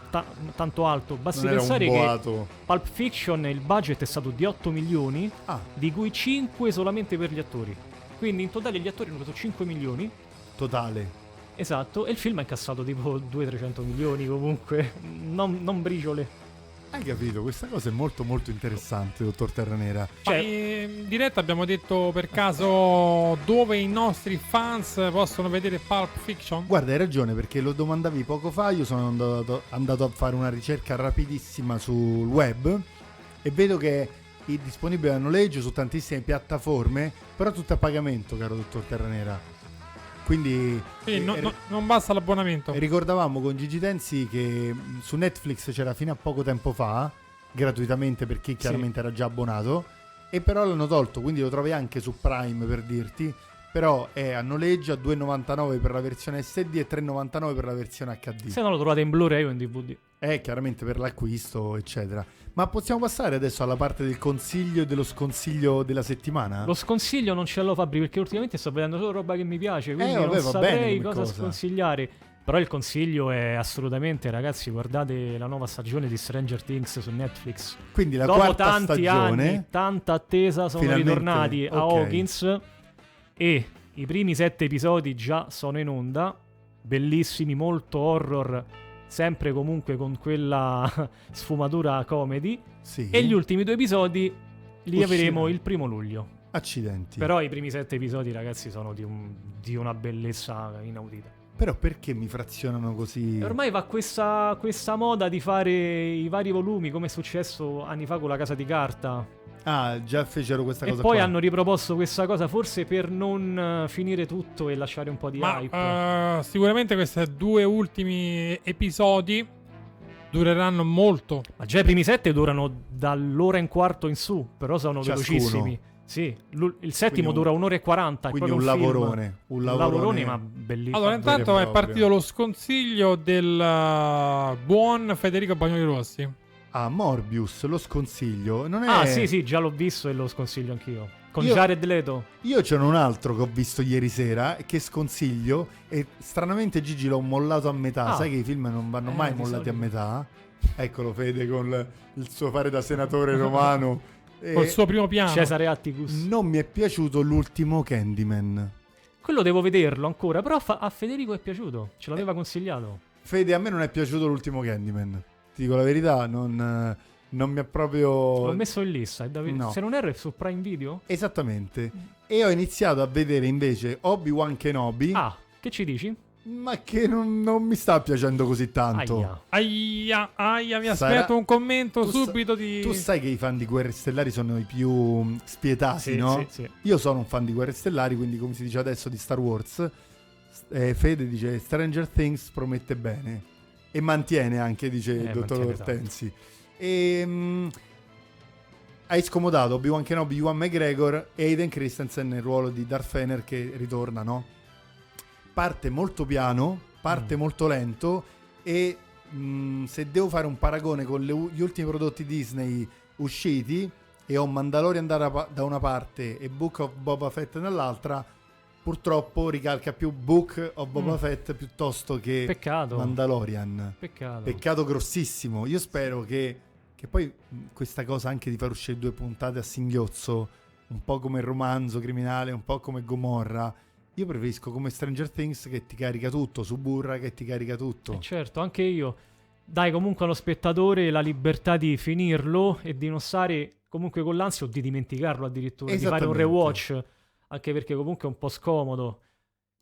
ta- tanto alto. Basti
Non era un
pensare che
boato.
Pulp Fiction il budget è stato di 8 milioni,
Ah.
di cui 5 solamente per gli attori. Quindi in totale gli attori hanno preso 5 milioni.
totale.
Esatto, e il film ha incassato tipo 200-300 milioni comunque, non, non briciole.
Hai capito? Questa cosa è molto molto interessante, dottor Terranera.
cioè-
Ma ehm, in diretta abbiamo detto per caso dove i nostri fans possono vedere Pulp Fiction?
Guarda, hai ragione perché lo domandavi poco fa. Io sono andato, andato a fare una ricerca rapidissima sul web e vedo che è disponibile a noleggio su tantissime piattaforme, però tutto a pagamento, caro dottor Terranera. Quindi
Quindi
eh,
no-
eh,
no- non basta l'abbonamento.
Certo.
ricordavamo con Gigi Tensi che mh, su Netflix c'era fino a poco tempo fa, gratuitamente per chi chiaramente era già abbonato, e però l'hanno tolto, quindi lo trovi anche su Prime per dirti, però è a noleggio a 2,99 per la versione SD e 3,99 per la versione HD.
Se no lo trovate in Blu-ray o in DVD.
Eh, chiaramente per l'acquisto, eccetera. Ma possiamo passare adesso alla parte del consiglio e dello sconsiglio della settimana?
Lo sconsiglio non ce l'ho Fabri perché ultimamente sto vedendo solo roba che mi piace, quindi
Eh, vabbè,
non
va
saprei
bene come
cosa,
cosa.
sconsigliare. Però il consiglio è assolutamente, ragazzi, guardate la nuova stagione di Stranger Things su Netflix.
Quindi la
Dopo
quarta
tanti
stagione-
anni, tanta attesa, sono
Finalmente,
ritornati a
ok.
Hawkins e i primi sette episodi già sono in onda, bellissimi, molto horror, sempre comunque con quella sfumatura comedy.
Sì.
E gli ultimi due episodi li
Uscirà.
avremo il primo luglio.
Accidenti.
Però i primi sette episodi, ragazzi, sono di, un- di una bellezza inaudita.
Però perché mi frazionano così?
E Ormai va questa, questa moda di fare i vari volumi, come è successo anni fa con la casa di carta.
Ah, già fecero questa
E
cosa
poi
qua.
hanno riproposto questa cosa, forse per non eh, finire tutto e lasciare un po' di
Ma
hype.
eh, sicuramente questi due ultimi episodi dureranno molto.
Ma già i primi sette durano dall'ora e un quarto in su, però sono
Ciascuno.
velocissimi. Sì, l'ul- il settimo
Quindi un-
dura un'ora e quaranta. è
quindi
proprio
un
film.
lavorone, un lavorone-
lavorone, ma bellissimo.
Allora, intanto è partito lo sconsiglio del eh, buon Federico Bagnoli Rossi.
Ah, Morbius, lo sconsiglio. Non è...
Ah, sì, sì, già l'ho visto e lo sconsiglio anch'io. Con
Eh. Io-
Jared Leto.
Io c'è un altro che ho visto ieri sera che sconsiglio e stranamente Gigi l'ho mollato a metà.
Ah.
Sai che i film non vanno
Eh,
mai
di
mollati
solito.
a metà? Eccolo Fede con il- il suo fare da senatore romano. E
Col suo primo piano.
Cesare Atticus.
Non mi è piaciuto l'ultimo Candyman.
Quello devo vederlo ancora, però fa- a Federico è piaciuto, ce
Eh.
l'aveva consigliato.
Fede, a me non è piaciuto l'ultimo Candyman. Ti dico la verità, non, non mi ha proprio...
L'ho messo in lista, è da ve-
Oh. No.
se non erro è su Prime Video.
Esattamente. E ho iniziato a vedere invece Obi-Wan Kenobi.
Ah, che ci dici?
Ma che non, non mi sta piacendo così tanto.
Aia.
Aia, aia, mi
Sarà-
aspetto un commento
Tu sa-
subito di...
Tu sai che i fan di Guerre Stellari sono i più mh, spietati,
Sì,
no?
sì, sì.
Io sono un fan di Guerre Stellari, quindi come si dice adesso di Star Wars, s- eh, Fede dice Stranger Things promette bene e mantiene anche, dice il
Eh,
dottor
mantiene tanto.
Ortensi. E, mh, hai scomodato Obi-Wan Kenobi, Ewan McGregor e Aiden Christensen nel ruolo di Darth Fener che ritorna, no? Parte molto piano,
Mm.
parte molto lento e mh, se devo fare un paragone con le u- gli ultimi prodotti Disney usciti e ho Mandalorian da, ra- da una parte e Book of Boba Fett dall'altra, purtroppo ricalca più Book of Boba
Mm.
Fett piuttosto che
Peccato.
Mandalorian.
Peccato.
Peccato grossissimo. Io spero che, che poi mh, questa cosa anche di far uscire due puntate a singhiozzo, un po' come il romanzo criminale, un po' come Gomorra. Io preferisco come Stranger Things che ti carica tutto, Suburra che ti carica tutto.
Eh, certo, anche io. Dai comunque allo spettatore la libertà di finirlo e di non stare comunque con l'ansia o di dimenticarlo addirittura, di fare un
Esattamente.
rewatch, anche perché comunque è un po' scomodo.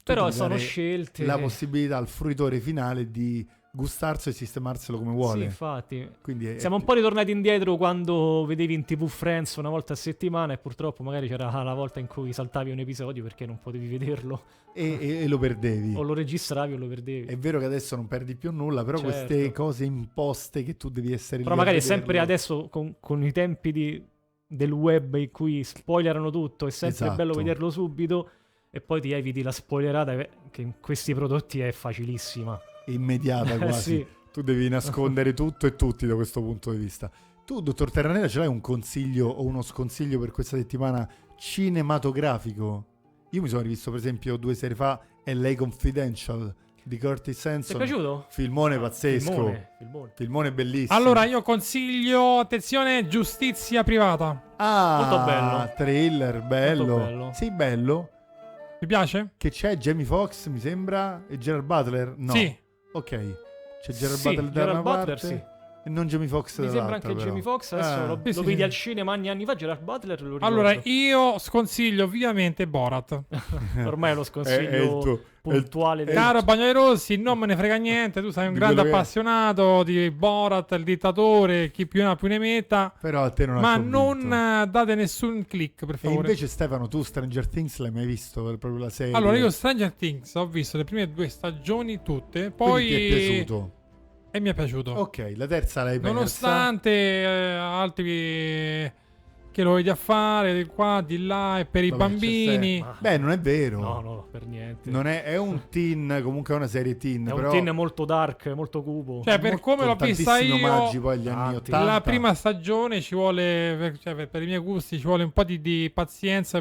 Però
devi
sono
dare
scelte...
La possibilità al fruitore finale di gustarselo e sistemarselo come vuole.
Sì, infatti.
Quindi è-
Siamo un po' ritornati indietro quando vedevi in TV Friends una volta a settimana e purtroppo magari c'era la volta in cui saltavi un episodio perché non potevi vederlo
e, e- e lo perdevi.
o lo registravi o lo perdevi.
È vero che adesso non perdi più nulla, però
Certo.
queste cose imposte che tu devi essere
Però
lì a
magari sempre
vederlo.
adesso con, con i tempi di- del web in cui spoilerano tutto, è sempre
Esatto.
bello vederlo subito e poi ti eviti la spoilerata eh, che in questi prodotti è facilissima.
immediata
Eh,
quasi.
sì.
Tu devi nascondere tutto e tutti da questo punto di vista. Tu, dottor Terranera, ce l'hai un consiglio o uno sconsiglio per questa settimana cinematografico? Io mi sono rivisto, per esempio, due sere fa LA Confidential di Curtis Hanson.
Ti è piaciuto? Ah,
Filmone pazzesco.
filmone, filmone.
Filmone bellissimo.
Allora, io consiglio, attenzione, giustizia privata.
Ah,
molto bello.
Thriller, bello.
Molto bello.
Sì, bello.
Mi piace?
Che c'è Jamie Foxx, mi sembra, e Gerard Butler? No.
Sì.
Ok. C'è Gerard
Sì,
Butler da
Gerard
una
Butler,
parte
sì.
e non Jamie Foxx
Mi sembra
dall'altra,
anche
Esatto, però.
Jamie Fox, adesso
Ah.
lo,
Sì,
lo
sì,
vedi
sì.
al cinema anni e anni fa, Gerard Butler lo ricordo.
Allora, io sconsiglio ovviamente Borat.
Eh.
Ormai è lo sconsiglio
è il tuo- è il-
puntuale. del-
Caro Bagnoli Rossi, non me ne frega niente, tu sei un
Di
grande
quello che è.
appassionato di Borat, il dittatore, chi più ne ha più ne metta,
Però a te non ha
ma
convinto.
non eh, date nessun click, per
E
favore.
invece Stefano, tu Stranger Things l'hai mai visto? Proprio la serie?
Allora, io Stranger Things ho visto le prime due stagioni tutte, poi...
Quindi ti è piaciuto?
E mi è piaciuto.
Ok, la terza l'hai persa.
Nonostante eh, altri eh, che lo vedi a fare, di qua, di là, e per i
Vabbè, c'è
bambini...
Stefano. Beh, non è vero.
No, no, per niente.
Non è, è un teen, comunque è una serie teen.
È un
però
teen molto dark, molto cupo.
Cioè, per come l'ho
con
vista
tantissino
io, Ah,
omaggi poi agli anni
Tanti.
80.
la prima stagione ci vuole, per- cioè, per, per i miei gusti, ci vuole un po' di, di pazienza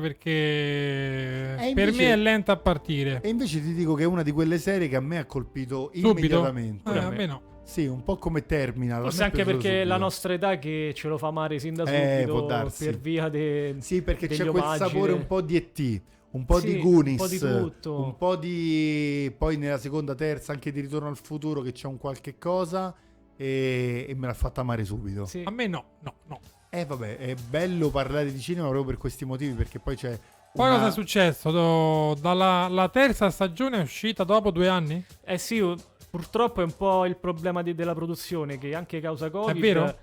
perché
invece-
per me è lenta a partire.
E invece ti dico che è una di quelle serie che a me ha colpito
Subito?
immediatamente.
Eh, a me no.
Sì, un po' come Terminal. a me
Forse
è
anche
piaciuto
perché la
subito.
nostra età che ce lo fa male sin da
Eh,
subito
può darsi.
per via de-
Sì, perché
degli
c'è quel
omaggi,
sapore
de-
un po' di ET, un po'
Sì,
di
un
Goonies,
po' di tutto.
un po' di- poi nella seconda, terza, anche di Ritorno al futuro che c'è un qualche cosa e, e me l'ha fatta amare subito.
Sì.
A me no, no, no.
Eh vabbè, è bello parlare di cinema proprio per questi motivi, perché poi c'è...
Poi
una-
cosa è successo? Do- dalla la terza stagione è uscita dopo due anni?
Eh sì, u- purtroppo è un po' il problema di- della produzione che anche causa Covid.
vero?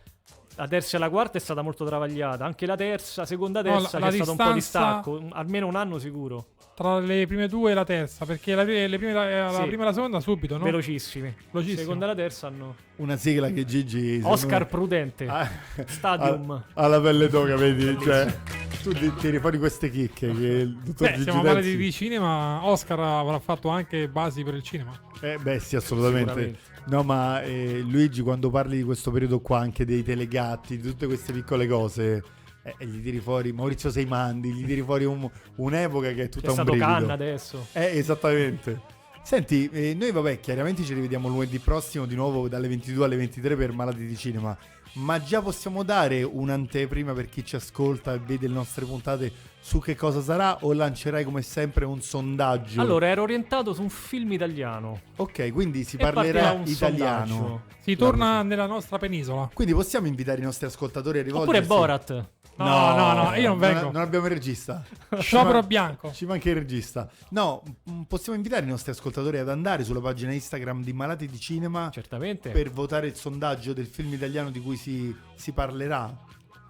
La terza e la quarta è stata molto travagliata, anche la terza, seconda
No, la-
terza
la
che è stato un po' di
distanza-
stacco, un- almeno un anno sicuro.
Tra le prime due e la terza, perché la, pri- le prime- eh, la- la
Sì.
prima e la seconda subito, no?
Velocissime.
Velocissimo.
Seconda e la terza hanno
Una sigla che Gigi... secondo
Oscar
me-
Prudente.
Ah,
Stadium.
Ha, ha la ah, pelle d'oca, vedi? Cioè, tu ti tiri fuori queste chicche che il dottor
Beh,
Gigi
stiamo parlando
Terzi-
Eh, di, di cinema, Oscar avrà fatto anche basi per il cinema.
Eh, beh, sì, assolutamente. No, ma eh, Luigi, quando parli di questo periodo qua, anche dei telegatti, di tutte queste piccole cose, eh, eh, gli tiri fuori Maurizio Seimandi, gli tiri fuori un- un'epoca che è tutta
C'è
un
stato
brivido.
Canna adesso.
Eh, esattamente. Senti, eh, noi vabbè, chiaramente ci rivediamo lunedì prossimo di nuovo dalle 22 alle 23 per Malati di Cinema, ma già possiamo dare un'anteprima per chi ci ascolta e vede le nostre puntate su che cosa sarà o lancerai come sempre un sondaggio?
Allora, ero orientato su un film italiano.
Ok, quindi si
E
parlerà
partirà un
italiano.
sondaggio.
Si torna nella nostra penisola.
Quindi possiamo invitare i nostri ascoltatori a rivolgersi.
Borat.
No, no, no, io non vengo.
Non, abbiamo il regista.
Sciopero
Ci ma-
Ecco.
bianco.
Ci manca il regista. No, m- possiamo invitare i nostri ascoltatori ad andare sulla pagina Instagram di Malati di Cinema
Cioè, Certamente.
per votare il sondaggio del film italiano di cui si, si parlerà.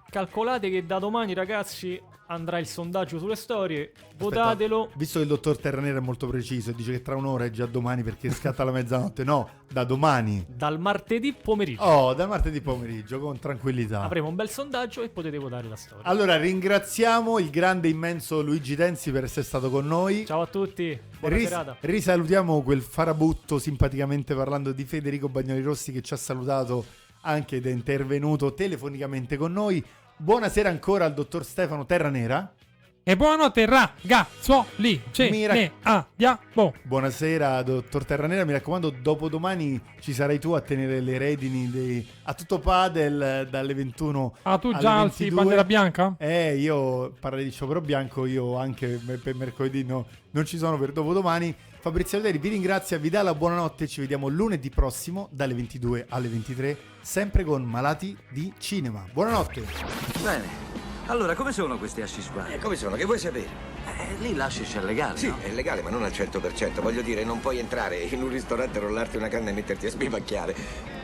Calcolate che da domani, ragazzi, andrà il sondaggio sulle storie. Votatelo.
Visto che il dottor Terranera è molto preciso e dice che tra un'ora è già domani perché scatta la mezzanotte. No, da domani.
Dal martedì pomeriggio.
Oh, da martedì pomeriggio con tranquillità.
Avremo un bel sondaggio e potete votare la storia.
Allora ringraziamo il grande immenso Luigi Tensi per essere stato con noi.
Ciao a tutti, buona
Ris-
serata.
risalutiamo quel farabutto simpaticamente parlando di Federico Bagnoli Rossi che ci ha salutato anche ed è intervenuto telefonicamente con noi. Buonasera ancora al dottor Stefano Terranera.
E buonanotte, ragazzuoli. Ce
Mira-
ne andiamo.
Buonasera dottor Terranera, mi raccomando dopodomani ci sarai tu a tenere le redini dei- a tutto padel eh, dalle 21
Ah, tu
alle
già alzi
22.
bandiera bianca?
Eh, io parlo di sciopero bianco, io anche me- per mercoledì no, non ci sono per dopodomani. Fabrizio Alderi vi ringrazia, vi dà la buonanotte, ci vediamo lunedì prossimo dalle 22 alle 23, sempre con Malati di Cinema. Buonanotte!
Bene. Allora, come sono questi asci
E come sono? Che vuoi sapere?
Eh, lì l'ascis è legale,
Sì,
no?
è legale, ma non al 100%. Voglio dire, non puoi entrare in un ristorante, rollarti una canna e metterti a sbivacchiare.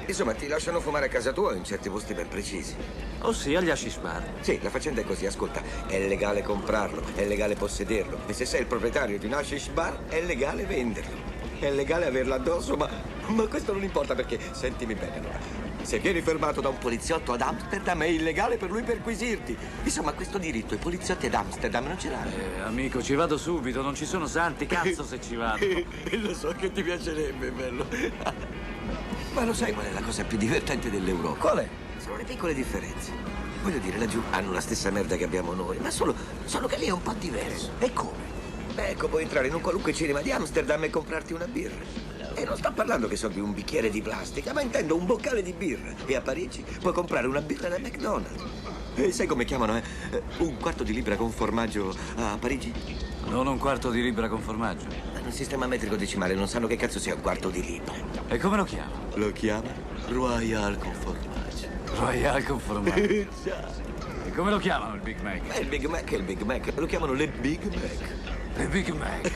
Insomma, ti lasciano fumare a casa tua in certi posti ben precisi.
Ossia gli asci smart.
Sì, la faccenda è così, ascolta, è legale comprarlo, è legale possederlo e se sei il proprietario di un hashish bar è legale venderlo. È legale averlo addosso, ma, ma questo non importa perché, sentimi bene allora, se vieni fermato da un poliziotto ad Amsterdam è illegale per lui perquisirti. Insomma, questo diritto i poliziotti ad Amsterdam non ce l'hanno.
Eh, amico, ci vado subito, non ci sono santi, cazzo se ci vado.
Lo so che ti piacerebbe, bello. Ma lo sai qual è la cosa più divertente dell'Europa? Qual è? Sono le piccole differenze. Voglio dire, laggiù hanno la stessa merda che abbiamo noi, ma solo, solo che lì è un po' diverso. E come? Beh, ecco, puoi entrare in un qualunque cinema di Amsterdam e comprarti una birra. E non sto parlando che so di un bicchiere di plastica, ma intendo un boccale di birra. E a Parigi puoi comprare una birra da McDonald's. E sai come chiamano, eh? Eh, Un quarto di libra con formaggio a Parigi?
Non un quarto di libra con formaggio.
Nel sistema metrico decimale non sanno che cazzo sia un quarto di libra.
E come lo chiama?
Lo chiama Royal con formaggio.
Royal con formaggio.
Già.
E come lo chiamano il Big Mac?
Beh, il Big Mac è il Big Mac. Lo chiamano le Big Mac.
Il Big Mac.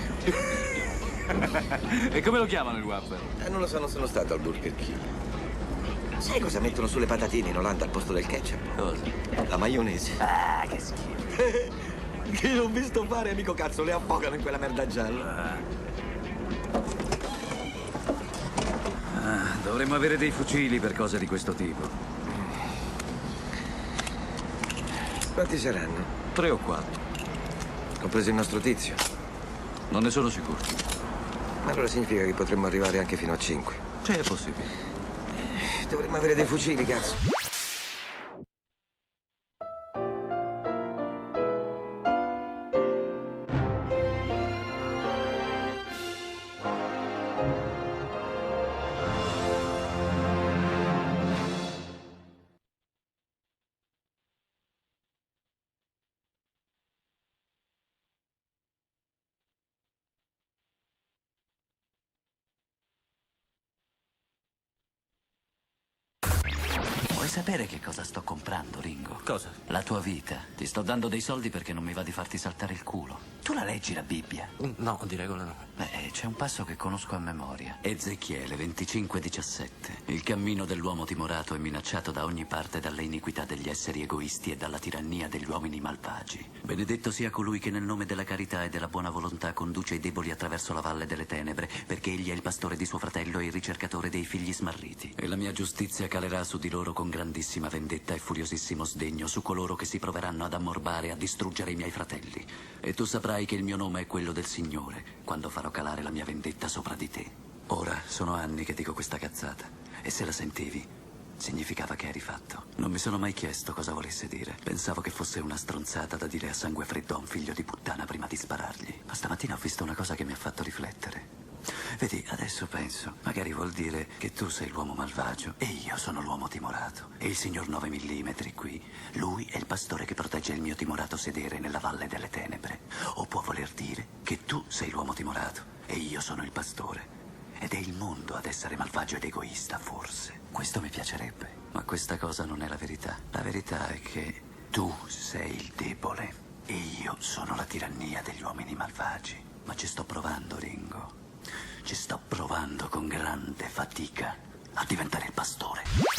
e come lo chiamano il Whopper?
Eh, non lo so, non sono stato al Burger King. Sai cosa mettono sulle patatine in Olanda al posto del ketchup? Cosa? La maionese. Ah, che schifo. che l'ho visto fare, amico cazzo, le affogano in quella merda gialla.
Ah, dovremmo avere dei fucili per cose di questo tipo.
Quanti saranno?
Tre o quattro.
Compreso il nostro tizio.
Non ne sono sicuro.
Ma allora significa che potremmo arrivare anche fino a 5.
Cioè è possibile.
Dovremmo avere dei fucili, cazzo.
Vuoi sapere? sapere che cosa sto comprando, Ringo? Cosa? La tua vita. Ti sto dando dei soldi perché non mi va di farti saltare il culo. Tu la leggi la Bibbia? No, di regola no. Beh, c'è un passo che conosco a memoria. Ezechiele 25:17. Il cammino dell'uomo timorato è minacciato da ogni parte dalle iniquità degli esseri egoisti e dalla tirannia degli uomini malvagi. Benedetto sia colui che nel nome della carità e della buona volontà conduce i deboli attraverso la valle delle tenebre, perché egli è il pastore di suo fratello e il ricercatore dei figli smarriti. E la mia giustizia calerà su di loro con grandissima vendetta e furiosissimo sdegno su coloro che si proveranno ad ammorbare e a distruggere i miei fratelli. E tu saprai che il mio nome è quello del Signore, quando farò calare la mia vendetta sopra di te. Ora sono anni che dico questa cazzata, e se la sentivi, significava che eri fatto. Non mi sono mai chiesto cosa volesse dire. Pensavo che fosse una stronzata da dire a sangue freddo a un figlio di puttana prima di sparargli. Ma stamattina ho visto una cosa che mi ha fatto riflettere. Vedi, adesso penso, magari vuol dire che tu sei l'uomo malvagio e io sono l'uomo timorato. E il signor 9 mm qui, lui è il pastore che protegge il mio timorato sedere nella valle delle tenebre. O può voler dire che tu sei l'uomo timorato e io sono il pastore. Ed è il mondo ad essere malvagio ed egoista, forse. Questo mi piacerebbe. Ma questa cosa non è la verità. La verità è che tu sei il debole e io sono la tirannia degli uomini malvagi. Ma ci sto provando, Ringo. Ci sto provando con grande fatica a diventare il pastore.